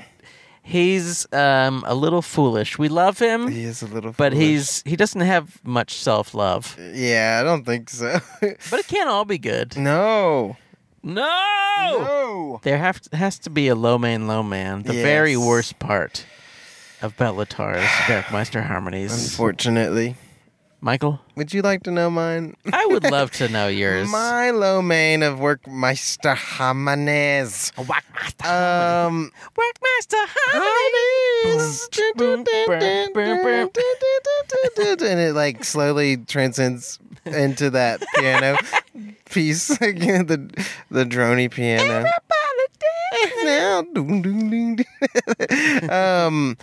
he's um a little foolish. We love him, he is a little, but foolish. he's he doesn't have much self love. yeah, I don't think so. But it can't all be good. *laughs* no, No. no. There have to, has to be a low man, low man. The very Yes. worst part of Bellatar's *sighs* Darkmeister harmonies. Unfortunately, Michael, would you like to know mine? I would love to *laughs* know yours. Milo Main of Workmeister Jimenez. Workmaster, Um, Workmaster *laughs* harmonies. and it like slowly transcends into that *laughs* piano piece, like, *laughs* the the drony piano. *laughs* Now, doom, doom, doom, doom. um,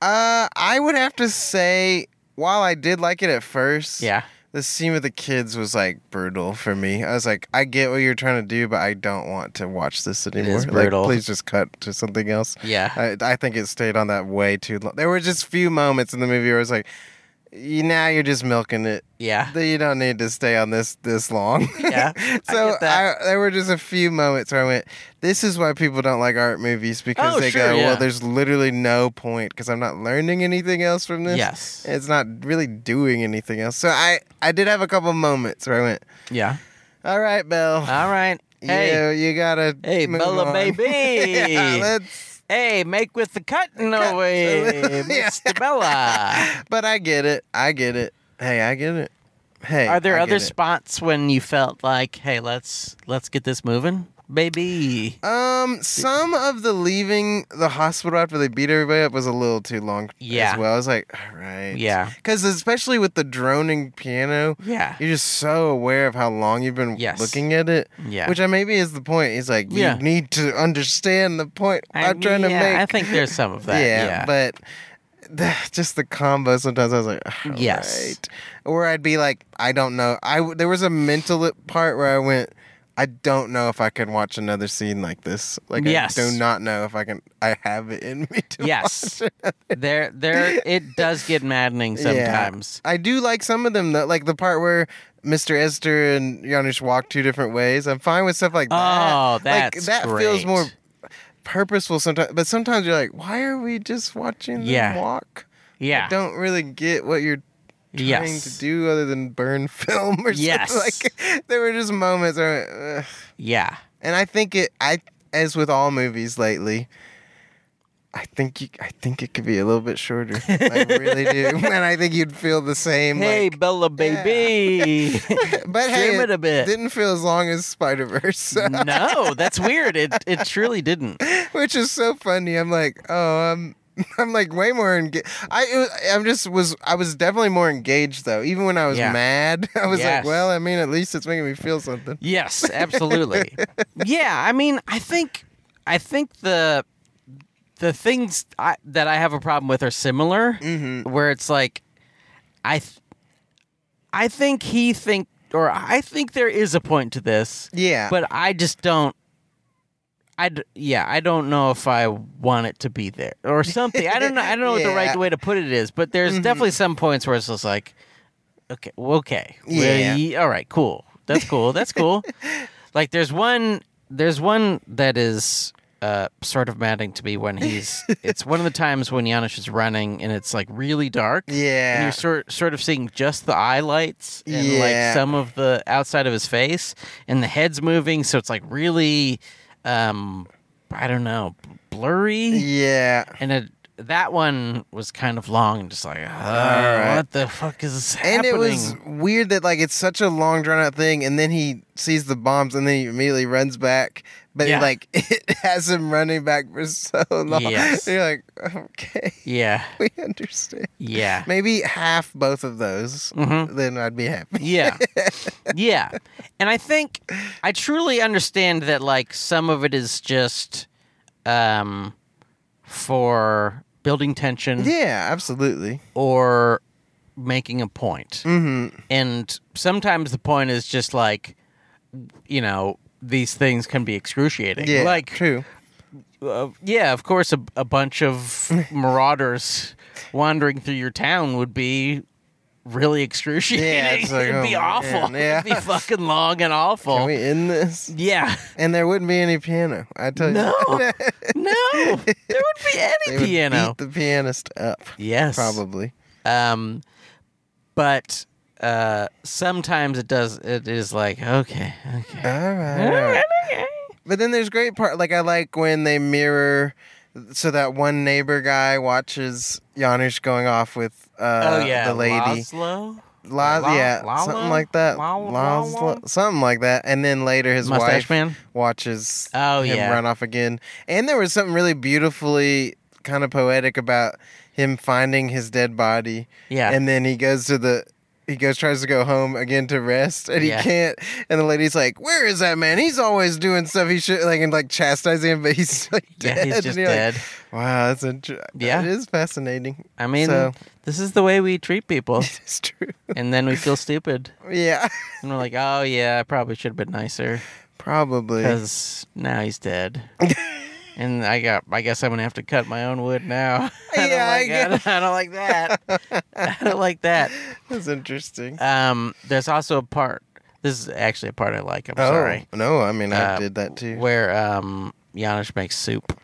uh, I would have to say, while I did like it at first, Yeah. the scene with the kids was like brutal for me. I was like, I get what you're trying to do, but I don't want to watch this anymore. is brutal. Like, please just cut to something else. Yeah. I, I think it stayed on that way too long. There were just few moments in the movie where it was like, you, now you're just milking it. yeah. You don't need to stay on this this long. *laughs* Yeah, I *laughs* so get that. I, there were just a few moments where I went, this is why people don't like art movies because Oh, they sure, go, yeah. well, there's literally no point because I'm not learning anything else from this. Yes. It's not really doing anything else. So I, I did have a couple moments where I went, Yeah. all right, Belle. All right. Uh, Hey. You, you gotta. Hey, move Bella on." *laughs* baby. yeah, let's Hey, make with the cotton away, *laughs* Yeah. Mr. Bella. But I get it. I get it. Hey, I get it. Hey, Are there I other get it. spots when you felt like, hey, let's let's get this moving, baby? um, some of the leaving the hospital after they beat everybody up was a little too long. Yeah. As well, I was like, all right. Yeah. Because especially with the droning piano, Yeah. you're just so aware of how long you've been Yes. looking at it. Yeah. Which I maybe is the point. He's like, you Yeah. need to understand the point I am mean, trying to yeah, make. I think there's some of *laughs* that. Yeah. but the, just the combo. Sometimes I was like, "All Yes. right." Or I'd be like, I don't know. I w- there was a mental part where I went, I don't know if I can watch another scene like this. Like, Yes. I do not know if I can. I have it in me to Yes. watch it. *laughs* there there it does get maddening sometimes. I do like some of them though, like the part where Mr. Esther and Janusz walk two different ways. I'm fine with stuff like that. Oh, like, that's that feels great. more purposeful sometimes. But sometimes you're like, why are we just watching them Yeah. walk? Yeah. I don't really get what you're trying Yes. to do other than burn *laughs* film or Yes. something. Like there were just moments where, I went, "Ugh." yeah. and I think it. I as with all movies lately. I think you, I think it could be a little bit shorter. I really *laughs* do, and I think you'd feel the same. Hey, like- Bella, baby. *laughs* but hey, trim it a bit. didn't feel as long as Spider Verse, *laughs* no, that's weird. It it truly didn't. which is so funny. I'm like, oh, I'm *laughs* I'm like way more engaged. I it was- I'm just was I was definitely more engaged though. Even when I was Yeah. mad, *laughs* I was Yes. like, well, I mean, at least it's making me feel something. Yes, absolutely. yeah, I mean, I think I think the the things I, that I have a problem with are similar, where it's like I th- I think he think or I think there is a point to this, Yeah, but I just don't. I d- yeah, I don't know if I want it to be there or something. I don't know. I don't know what the *laughs* Yeah. Mm-hmm. right way to put it is, but there's definitely some points where it's just like, okay, well, okay, Well, Yeah. ye- all right, cool. That's cool. That's *laughs* cool. like there's one. There's one that is uh, sort of maddening to me when he's. it's one of the times when Janusz is running and it's like really dark. And yeah, you're sort sort of seeing just the eye lights and Yeah. like some of the outside of his face and the head's moving, so it's like really um I don't know, blurry. yeah. And it, that one was kind of long and just like Alright. "Ah, what the fuck is And happening? it was weird that like it's such a long drawn out thing, and then he sees the bombs, and then he immediately runs back. But Yeah. like *laughs* it has him running back for so long. Yes. You're like, okay, *laughs* Yeah. we understand. *laughs* Yeah. Maybe half both of those, Mm-hmm. then I'd be happy. Yeah. yeah. And I think I truly understand that like some of it is just um for building tension. *laughs* Yeah, absolutely. or making a point. Mm-hmm. And sometimes the point is just like, you know, these things can be excruciating. Yeah, Like, true. *laughs* uh, yeah, of course, a, a bunch of marauders wandering through your town would be really excruciating. Yeah, it's *laughs* like, It'd be oh, awful. man, yeah. It'd be fucking long and Can awful. we end this? yeah. *laughs* And there wouldn't be any piano. I tell *laughs* No. you, no. There wouldn't be they any would piano. beat the pianist up. yes. Probably. Um, but uh, sometimes it does. It is like okay, okay. Uh, All right, all right. But then there's great part. Like I like when they mirror. So that one neighbor guy watches Janusz going off with uh, oh yeah, the lady. Laszlo? La- La- yeah, Lala? something like that. Lala- Las- Lala? something like that. And then later his Mustache wife Man? watches Oh, him yeah. run off again. And there was something really beautifully kind of poetic about him finding his dead body. Yeah. And then he goes to the he goes tries to go home again to rest and he Yeah. can't and the lady's like, Where is that man? He's always doing stuff he should like and like chastising him, but he's like *laughs* *laughs* Yeah, dead. *laughs* he's And just you're like, dead. wow, that's inter- Yeah. It is fascinating. *laughs* I mean, so- this is the way we treat *laughs* people, It's true. and then we feel stupid, yeah. and we're like, oh yeah, I probably should have been nicer Probably. because now he's dead. *laughs* And I got. I guess I'm gonna have to cut my own wood now. *laughs* I Yeah, I don't like, *laughs* I, I don't like *laughs* that. I don't like that. That's interesting. Um, there's also a part. This is actually a part I like. I'm sorry. Oh, No, I mean, I Uh, did that too. Where um, Giannis makes soup,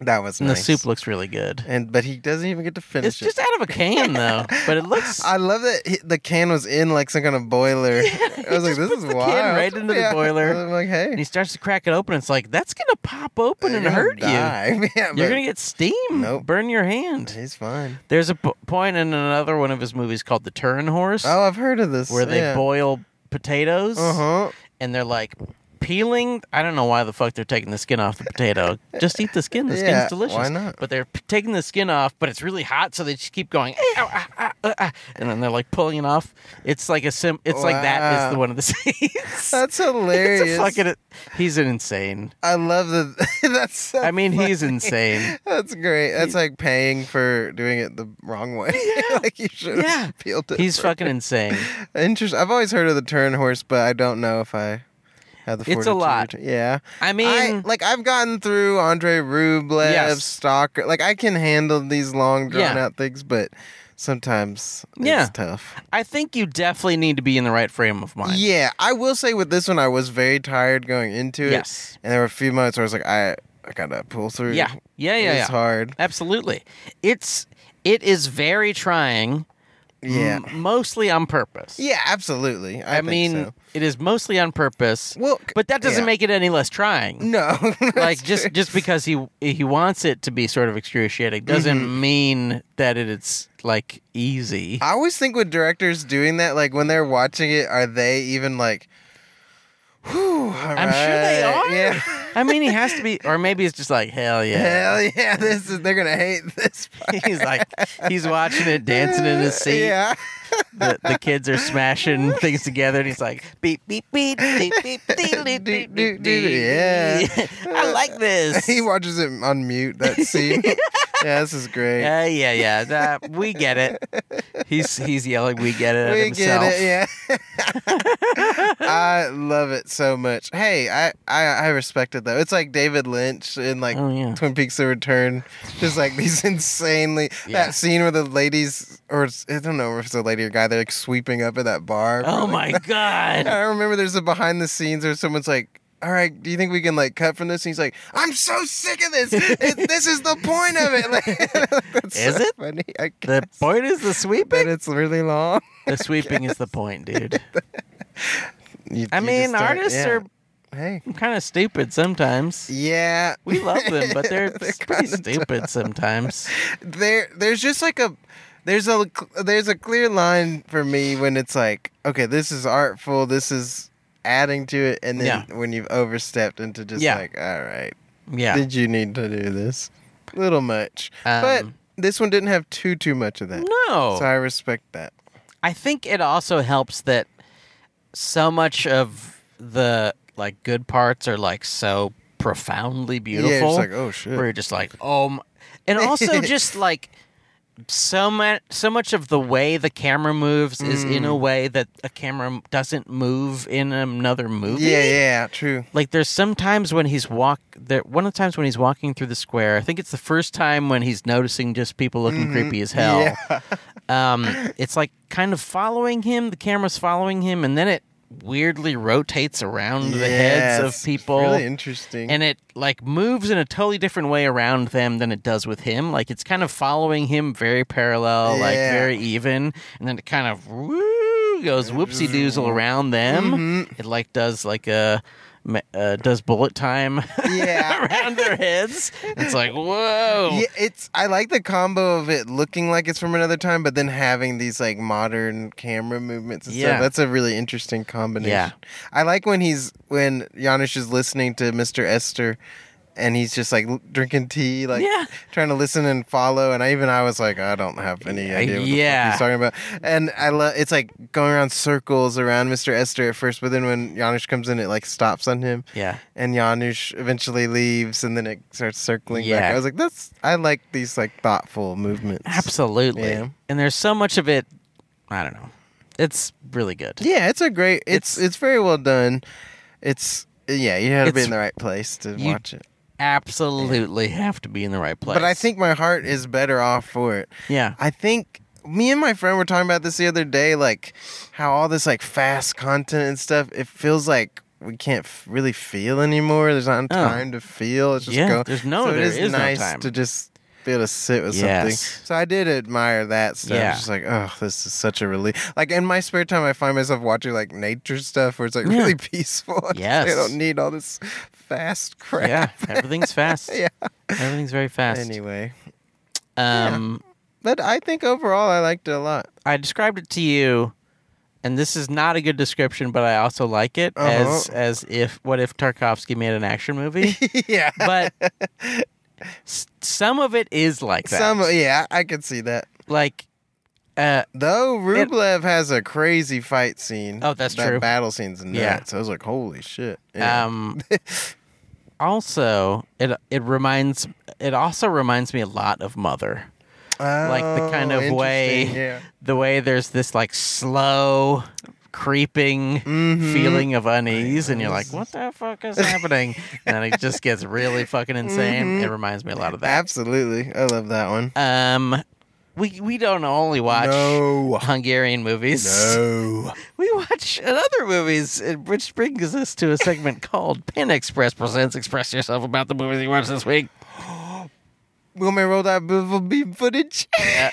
that was and nice. the soup looks really good. And but he doesn't even get to finish It's it. just out of a can *laughs* though, but it looks. *gasps* I love that he, the can was in like some kind of boiler. *laughs* I was like, just this puts is the can wild. right into the Yeah. boiler. I'm like, hey, and he starts to crack it open. It's like that's gonna pop open and hurt you. *laughs* you. Yeah, You're but gonna get steam. Nope. Burn your hand. *laughs* He's fine. There's a p- point in another one of his movies called The Turin Horse, Oh, I've heard of this. where they yeah. boil potatoes, Uh *laughs* huh. and they're like peeling. I don't know why the fuck they're taking the skin off the potato. Just eat the skin. The *laughs* Yeah, skin's delicious. why not? But they're p- taking the skin off, but it's really hot, so they just keep going. "Eh, ow, ah, ah, ah, ah," and then they're like pulling it off. It's like a sim. It's like that is Wow. the *laughs* one of the scenes. *laughs* That's It's a hilarious. fucking. He's an insane. I love the. *laughs* that's. So I mean, funny. he's insane. *laughs* That's great. That's like paying for doing it the wrong way. *laughs* Yeah. like you should have Yeah. *laughs* peeled it. He's first. fucking insane. Interesting. I've always heard of the turn horse, but I don't know if I have the. It's a fortitude lot. to- Yeah, I mean, like I've gotten through Andre Rublev, Yes. Stalker. Like I can handle these long, Yeah. drawn out things, but sometimes it's Yeah. tough. I think you definitely need to be in the right frame of mind. Yeah, I will say with this one, I was very tired going into it. Yes. and there were a few moments where I was like, I, I gotta pull through. Yeah. Yeah. Yeah. it's yeah. hard. Absolutely. It's it is very trying. Yeah, m- mostly on purpose. yeah, absolutely. I, I, think mean, so. it is mostly on purpose. well, c- but that doesn't yeah. make it any less trying. no, *laughs* like that's just true. just because he he wants it to be sort of excruciating doesn't Mm-hmm. mean that it, it's like easy. I always think with directors doing that, like when they're watching it, are they even like, whew, I'm sure they alright, are. Yeah. I mean, he has to be, or maybe it's just like hell yeah. *laughs* Hell yeah, this is they're gonna hate this *laughs* part. he's like he's watching it dancing in his seat. *laughs* Yeah. The, the kids are *laughs* smashing things together, and he's like beep beep beep beep beep dee, dee, dee, dee, dee. *laughs* Yeah. *laughs* I like this. *laughs* He watches it on *laughs* mute, that scene. *laughs* yeah, this is great. Yeah, Uh, yeah, yeah. That, we get it. He's he's yelling. We get it. at we himself. get it, yeah. *laughs* I love it so much. Hey, I, I I respect it though. It's like David Lynch in like Oh, yeah. *laughs* Twin Peaks: The Return, just like these *laughs* insanely Yeah. that scene where the ladies or it's- I don't know if it's a lady or guy, they're like sweeping up at that bar. Oh *laughs* my god. I remember there's a behind the scenes where someone's like, "All right, do you think we can like cut from this?" And he's like, "I'm so sick of *laughs* this. It, this is the point of it." *laughs* Like, that's Is so it? funny? I guess. The point is the But *laughs* sweeping. it's really long. The sweeping is the point, *laughs* dude. You- I you mean, just start- artists yeah. are hey, kind of stupid sometimes. yeah. We love them, but *laughs* they're, pretty kinda stupid sometimes. there there's just like a there's a there's a clear line for me when it's like okay this is artful this is adding to it and then when you've overstepped into just Yeah. like all right Yeah. did you need to do this little much but Um, this one didn't have too too much of that no. so i respect that I think it also helps that so much of the like good parts are like so profoundly beautiful. yeah it's like oh shit *laughs* Where you're just like, oh, my. and also just like so much so much of the way the camera moves is in Mm. a way that a camera m- doesn't move in another movie. Yeah, yeah, true. Like there's some times when he's walk there one of the times when he's walking through the square. I think it's the first time when he's noticing just people looking creepy as hell. Mm-hmm. Yeah. *laughs* Um it's like kind of following him, the camera's following him and then it weirdly rotates around the heads Yes, of it's people Really interesting. and it like moves in a totally different way around them than it does with him. Like it's kind of following him very parallel, like Yeah. very even, and then it kind of woo goes whoopsie doozle around them. Mm-hmm. It like does like a ma- uh, does bullet time *laughs* Yeah. around their heads. It's *laughs* like whoa. yeah, it's I like the combo of it looking like it's from another time, but then having these like modern camera movements and Yeah. stuff. That's a really interesting combination. Yeah. I like when he's when Janusz is listening to Mr. Esther and he's just like l- drinking tea, like Yeah. trying to listen and follow. And I, even I was like, I don't have any Yeah, idea what yeah. the fuck he's talking about. And I love it's like going around circles around Mr. Esther at first, but then when Janusz comes in, it like stops on him Yeah. and Janusz eventually leaves, and then it starts circling Yeah. back. I was like, "That's I like these like thoughtful movements." absolutely. Yeah. And there's so much of it. I don't know. It's really good. Yeah, it's a great. It's It's- it's, very well done. It's yeah, you had to be It's- in the right place to you- watch it. Absolutely have to be in the right place. But I think my heart is better off for it. yeah. I think me and my friend were talking about this the other day, like how all this like fast content and stuff. It feels like we can't f- really feel anymore. There's not time to feel. It's just Oh. Yeah, go. there's no- So there it is, is no nice time. to just be able to sit with something. Yes. So I did admire that stuff. Yeah. Just like, oh, this is such a relief. Like in my spare time, I find myself watching like nature stuff where it's like Yeah. really *laughs* peaceful. I just- Yes. I don't need all this fast *laughs* crap. Yeah, *laughs* everything's fast. Yeah. Everything's very fast. Anyway, um, but I think overall I liked it a lot. *laughs* I described it to you, and this is not a good description, but I also like it as Uh-huh. as if what if Tarkovsky made an action movie? yeah. *laughs* but s- some of it is like that. Some, yeah, I could see that. like, uh, Though Rublev has a crazy fight scene. Oh, that's that true. Battle scenes and Yeah. nuts. I was like, holy shit. Yeah. *laughs* um. Also, it it reminds it also reminds me a lot of Mother. Um, like the kind Oh, of way- interesting. Yeah. the way there's this like slow creeping Mm-hmm. feeling of unease and you're like what the fuck is *laughs* happening and it just gets really fucking insane Mm-hmm. it reminds me a lot of that Absolutely, I love that one. um we we don't only watch no, hungarian movies no. *laughs* we watch other movies uh, which brings us to a segment called Pan express presents express yourself about the movies you watched this week Will may roll that beautiful beam footage. Yeah.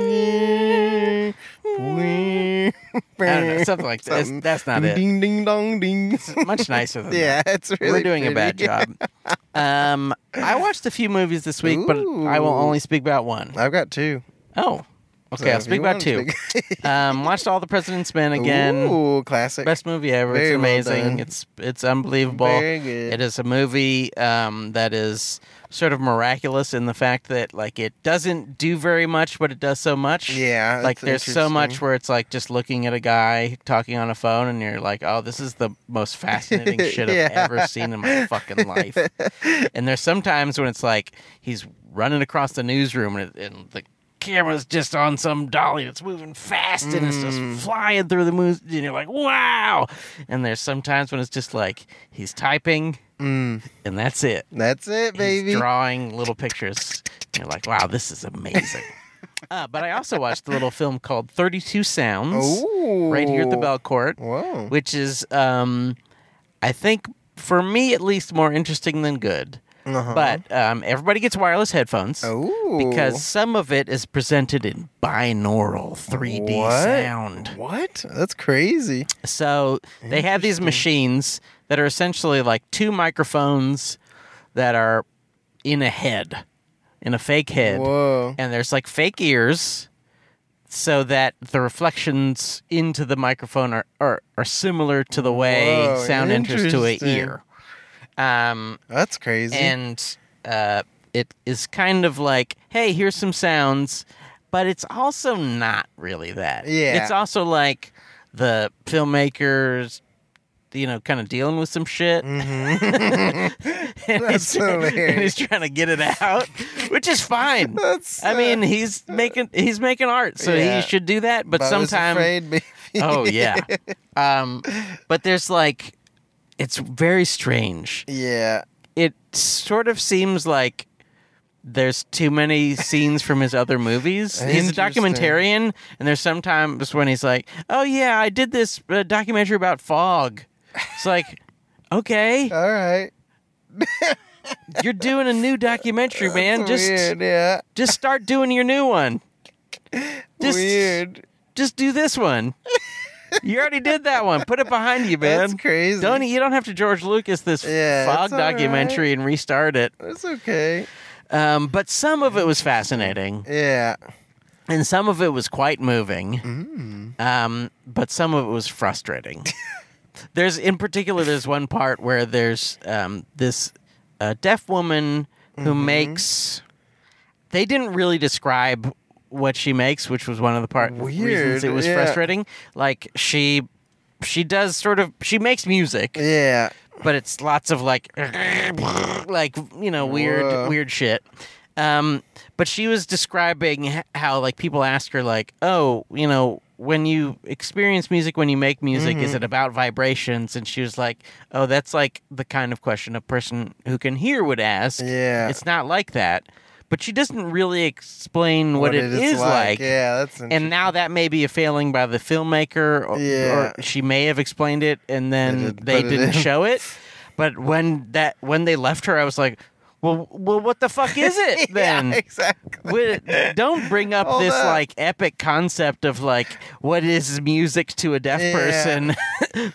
song. I i don't know something like that It's- that's not it Ding ding dong ding. It's much nicer than that. *laughs* Yeah, it's really. Oh, We're doing a bad pretty. job. Um, I watched a few movies this week, but I will Ooh. only speak about one. *laughs* I've got two. Oh, So okay. I'll if speak you about two. wanna *laughs* speak- *laughs* um, watched All the President's Men again. Ooh, classic. Best movie ever. it's Very well amazing. done. it's it's unbelievable. Very good. It is a movie um, that is sort of miraculous in the fact that like it doesn't do very much, but it does so much. *laughs* Yeah, Like there's that's so much interesting. where it's like just looking at a guy talking on a phone, and you're like, oh, this is the most *laughs* fascinating shit Yeah. I've ever seen in my fucking *laughs* life. and there's sometimes when it's like he's running across the newsroom, and, it, and the camera's just on some dolly that's moving fast and it's just Mm. flying through the moon and you're like wow and there's sometimes when it's just like he's typing Mm. and that's it That's it, baby. He's drawing little pictures. And You're like, wow, this is amazing. *laughs* uh, but I also watched a little film called 32 Sounds Ooh. right here at the Belcourt, Whoa. which is, um, I think, for me at least, more interesting than good. Uh-huh. Oh. But um, everybody gets wireless headphones Ooh. because some of it is presented in binaural 3D What? sound. What? That's crazy. So they have these machines that are essentially like two microphones that are in a head, in a fake head. Whoa. And there's like fake ears so that the reflections into the microphone are, are, are similar to the way Whoa, sound enters to a interesting. ear. Um, That's crazy. and uh, it is kind of like, hey, here's some sounds, but it's also not really that. Yeah. It's also like the filmmakers, you know, kind of dealing with some shit. *laughs* and Mm-hmm. That's he's, and hilarious. he's trying to get it out, which is fine. That's, I uh, mean, he's making he's making art, so Yeah. he should do that. But I was sometimes, afraid, *laughs* baby. oh *laughs* yeah, um, but there's like, it's very strange. yeah. It sort of seems like there's too many scenes from his other movies. He's a Interesting. documentarian, and there's sometimes when he's like, "Oh yeah, I did this uh, documentary about fog." It's like, *laughs* okay, All right. you're doing a new documentary, man. That's Just weird. Yeah. just start doing your new one. Just, weird. just do this one. you already did that one. Put it behind you, man. That's crazy. Don't e, you don't have to George Lucas this Yeah, fog it's all right. documentary and restart it. That's okay. Um, but some of it was fascinating, Yeah. and some of it was quite moving. Mm. Um, but some of it was *laughs* frustrating. there's, in particular, there's one part where there's um, this uh, deaf woman who Mm-hmm. makes. They didn't really describe what she makes, which was one of the part reasons Weird, it was yeah. frustrating. Like she, she does sort of she makes music, Yeah. but it's lots of like like you know weird Whoa. weird shit um but she was describing h- how like people ask her like oh you know when you experience music when you make music is it about vibrations and she was like oh that's like the kind of question a person who can hear would ask Yeah. it's not like that but she doesn't really explain what, it is like, Yeah. That's and now that may be a failing by the filmmaker, or, Yeah. or she may have explained it and then They did- they put it didn't in. show it. But when that when they left her, I was like, well, well, what the fuck is *laughs* it then? *laughs* yeah, exactly. Wi- Don't bring up All this that. like epic concept of like what is music to a deaf Yeah. person,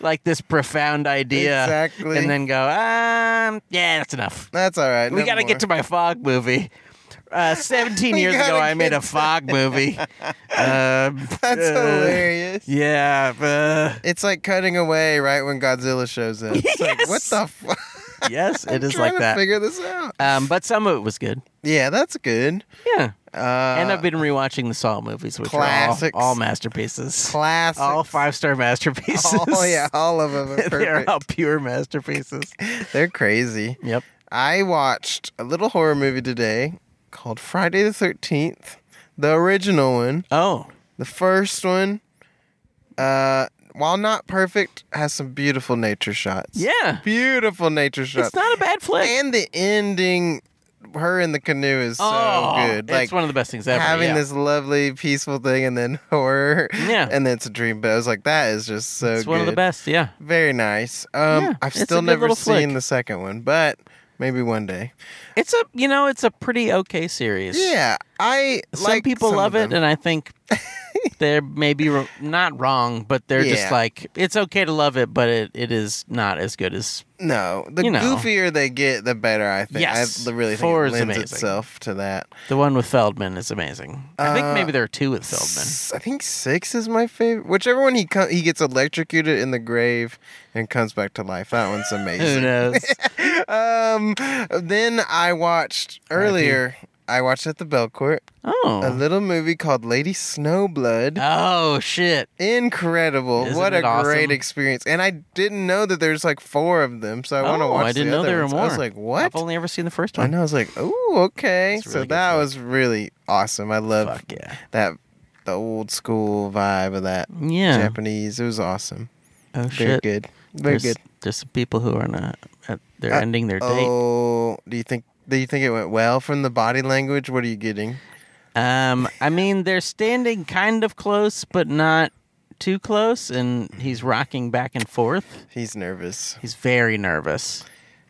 *laughs* like this profound idea, Exactly. and then go, um, yeah, that's enough. That's all right. We no got to more. get *laughs* to my fog movie. Uh, 17 We years ago, gotta I made get a fog *laughs* movie. Um, That's uh, hilarious. Yeah. uh, It's like cutting away right when Godzilla shows up. It's like, what Yes. the *laughs* fuck? uh, yes, it is Trying like to that. Figure this out. Um, but some of it was good. Yeah, that's good. Yeah. Uh, and I've been rewatching the Saw movies, which Classics. are all- all, masterpieces. classics. All five star masterpieces. *laughs* Oh yeah, *laughs* all of them. Are They're perfect. all pure masterpieces. They're crazy. Yep. I watched a little horror movie today called Friday the Thirteenth, the original one. Oh. The first one, uh, while not perfect, has some beautiful nature shots. Yeah. beautiful nature shots. It's not a bad flick. and the ending, her in the canoe is so oh, good. it's one of the best things ever. having yeah. this lovely peaceful thing and then *laughs* horror. Yeah. and then it's a dream. But I was like, that is just so. It's one of the good. best. Yeah. Very nice. Um, Yeah, I've it's a still good never little seen flick. the second one, but maybe one day. It's a you know it's a pretty okay series. Yeah, I some like people some love of it, them. and I *laughs* think they're maybe r not wrong, but they're just Yeah. like it's okay to love it, but it, it is not as good as no, the you know. goofier they get, the better. I think. Yes, I really think four it is lends amazing. itself to that. the one with Feldman. is amazing. I think Uh, maybe there are two with Feldman. S- I think six is my favorite. Whichever one he co- he gets electrocuted in the grave and comes back to life. That one's Who amazing. knows? *laughs* um, then I watched earlier. I watched at the Belcourt a Oh, little movie called Lady Snowblood. oh shit! Incredible. Isn't what it a awesome? great experience. And I didn't know that there's like four of them, so I want to oh, watch I didn't the know other there were ones. more. I was like, what? I've only ever seen the first I one. know. I was like, oh, okay. It's a so really good that film. was really awesome. I love Fuck yeah, that, the old school vibe of that yeah. Japanese. It was awesome. oh Very shit! good. Very there's, good. There's some people who are not. uh, They're Uh, ending their date. Oh, do you think? Do you think it went well from the body language? What are you getting? Um, I mean, they're standing kind of close, but not too close, and he's rocking back and forth. He's nervous. He's very nervous.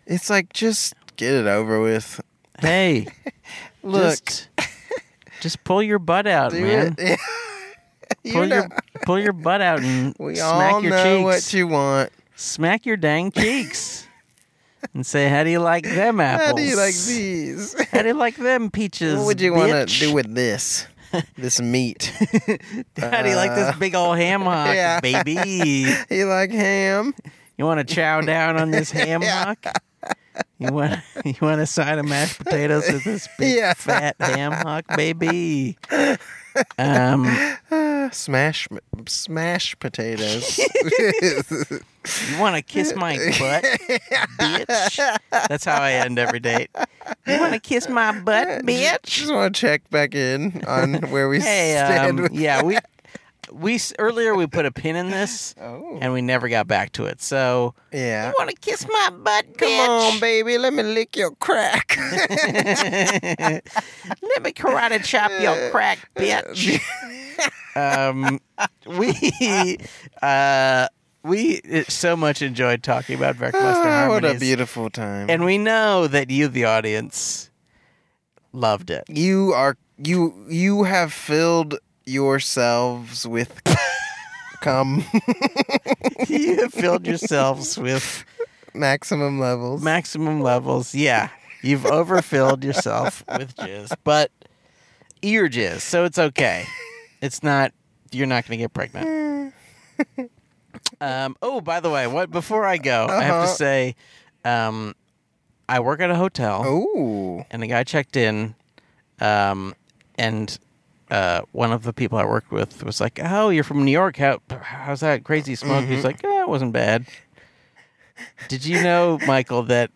It's like just get it over with. *laughs* Hey, Look, just, *laughs* just pull your butt out, do man. it. *laughs* You Pull your know- *laughs* pull your butt out and *laughs* We smack all your know cheeks. what you want. Smack your dang cheeks, and say, "How do you like them apples? How do you like *laughs* these? How do you like them peaches? *laughs* what would you want want to do with this? This meat. *laughs* *laughs* How do you like this Uh, big old ham hock, *laughs* yeah. baby? you like ham? *laughs* You want to chow down on this ham hock? You want *laughs* you want a side of mashed potatoes with this big Yeah. fat ham hock, baby. Um, Smash, *laughs* smash potatoes. *laughs* you want to kiss my *laughs* butt, bitch? That's how I end every date. You want to kiss my *laughs* butt, bitch? Just want to check back in *laughs* on where we Hey, stand. um, with- yeah, we we s- earlier we put a pin in this oh, and we never got back to it. So yeah. you want to kiss my butt, bitch? Come on, baby, let me lick your *laughs* crack. *laughs* Let me karate chop Uh, your crack, *laughs* bitch. um, we uh, we uh, so much enjoyed talking about Verkmaster Ah, Harmonies, what a beautiful time. and we know that you, the audience, loved *laughs* it. you are you you have filled yourselves *laughs* with cum you filled yourselves with maximum levels. maximum levels. Yeah, you've overfilled yourself with jizz, but ear jizz, so it's okay. It's not. You're not going to get pregnant. *laughs* Um, oh, by the way, what before I go, I have to Uh-huh. say, um, I work at a hotel, oh, and the guy checked in, um, and uh, one of the people I worked with was like, "Oh, you're from New York? How how's that crazy smoke?" Mm-hmm. He's like, "Yeah, it wasn't bad." Did you know, Michael, that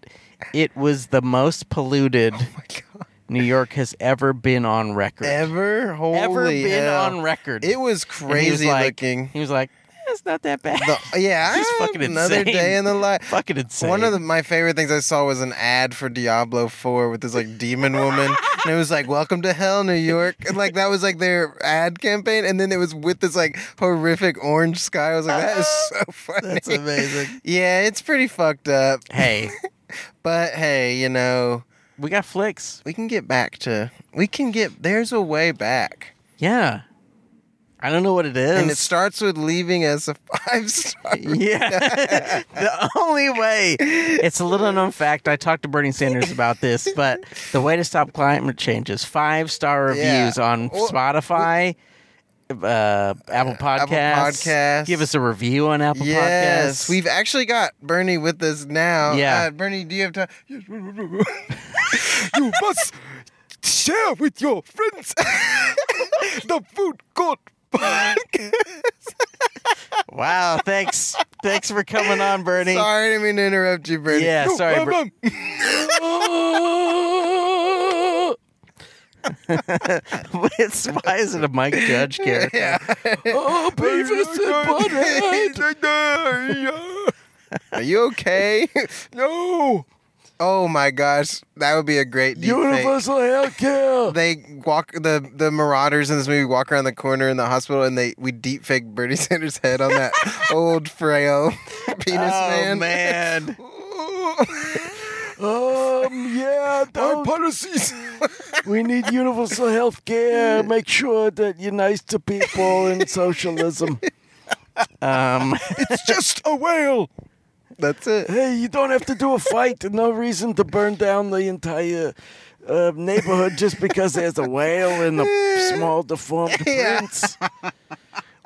it was the most polluted my God. New York has ever been on record? ever holy Ever been hell. on record? It was And he was crazy like- *laughs* looking. He was like, "Eh, "It's not that bad." The, yeah, He's fucking another insane. day in the life. *laughs* Fucking insane. One of the, my favorite things I saw was an ad for Diablo Four with this like demon woman, and it was like "Welcome to Hell, New York," and like that was like their ad campaign, and then it was with this like horrific orange sky. I was like, *laughs* that is so funny. That's amazing. Yeah, it's pretty fucked up, hey, but hey, you know we got flicks. we can get back to we can get there's a way back, Yeah. I don't know what it is. and it starts with leaving us a *laughs* five star. Yeah. *laughs* the only way. It's a little known fact. I talked to Bernie Sanders about this, but the way to stop climate change is five star Yeah. reviews on Well, Spotify, uh, Apple Podcasts. Podcasts. Give us a review on Apple Yes, Podcasts. we've actually got Bernie with us now. Yeah. uh, Bernie, do you have time? Yes. *laughs* you must share with your friends *laughs* the food court. wow. Thanks. Thanks for coming on, Bernie. Sorry, I didn't mean to interrupt you, Bernie. Yeah, No sorry, Ber- problem. *laughs* it's, why is it a Mike *laughs* Judge character? *laughs* *laughs* Yeah. Oh, *laughs* Are you okay? No. oh my gosh, that would be a great deep fake. healthcare. they walk the the marauders in this movie walk around the corner in the hospital and they we deep fake Bernie *laughs* Sanders head on that old *laughs* frail penis Oh man. man. um. Yeah. *laughs* Our policies. we need universal health care. Make sure that you're nice to people and socialism. Um. *laughs* it's just a whale. That's it. hey, you don't have to do a fight. No reason to burn down the entire uh, neighborhood just because there's a whale and a small *laughs* deformed Yeah. prince.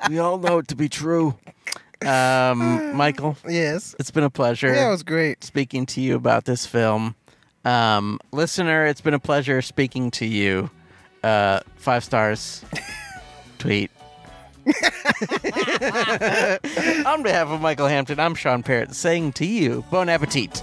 We all know it to be true. Um, Michael, Yes. it's been a pleasure Yeah, it was great. speaking to you about this film. Um, listener, it's been a pleasure speaking to you. Uh, five *laughs* stars. *laughs* Tweet. On behalf of Michael Hampton, I'm Sean Parrott saying to you, bon appetit.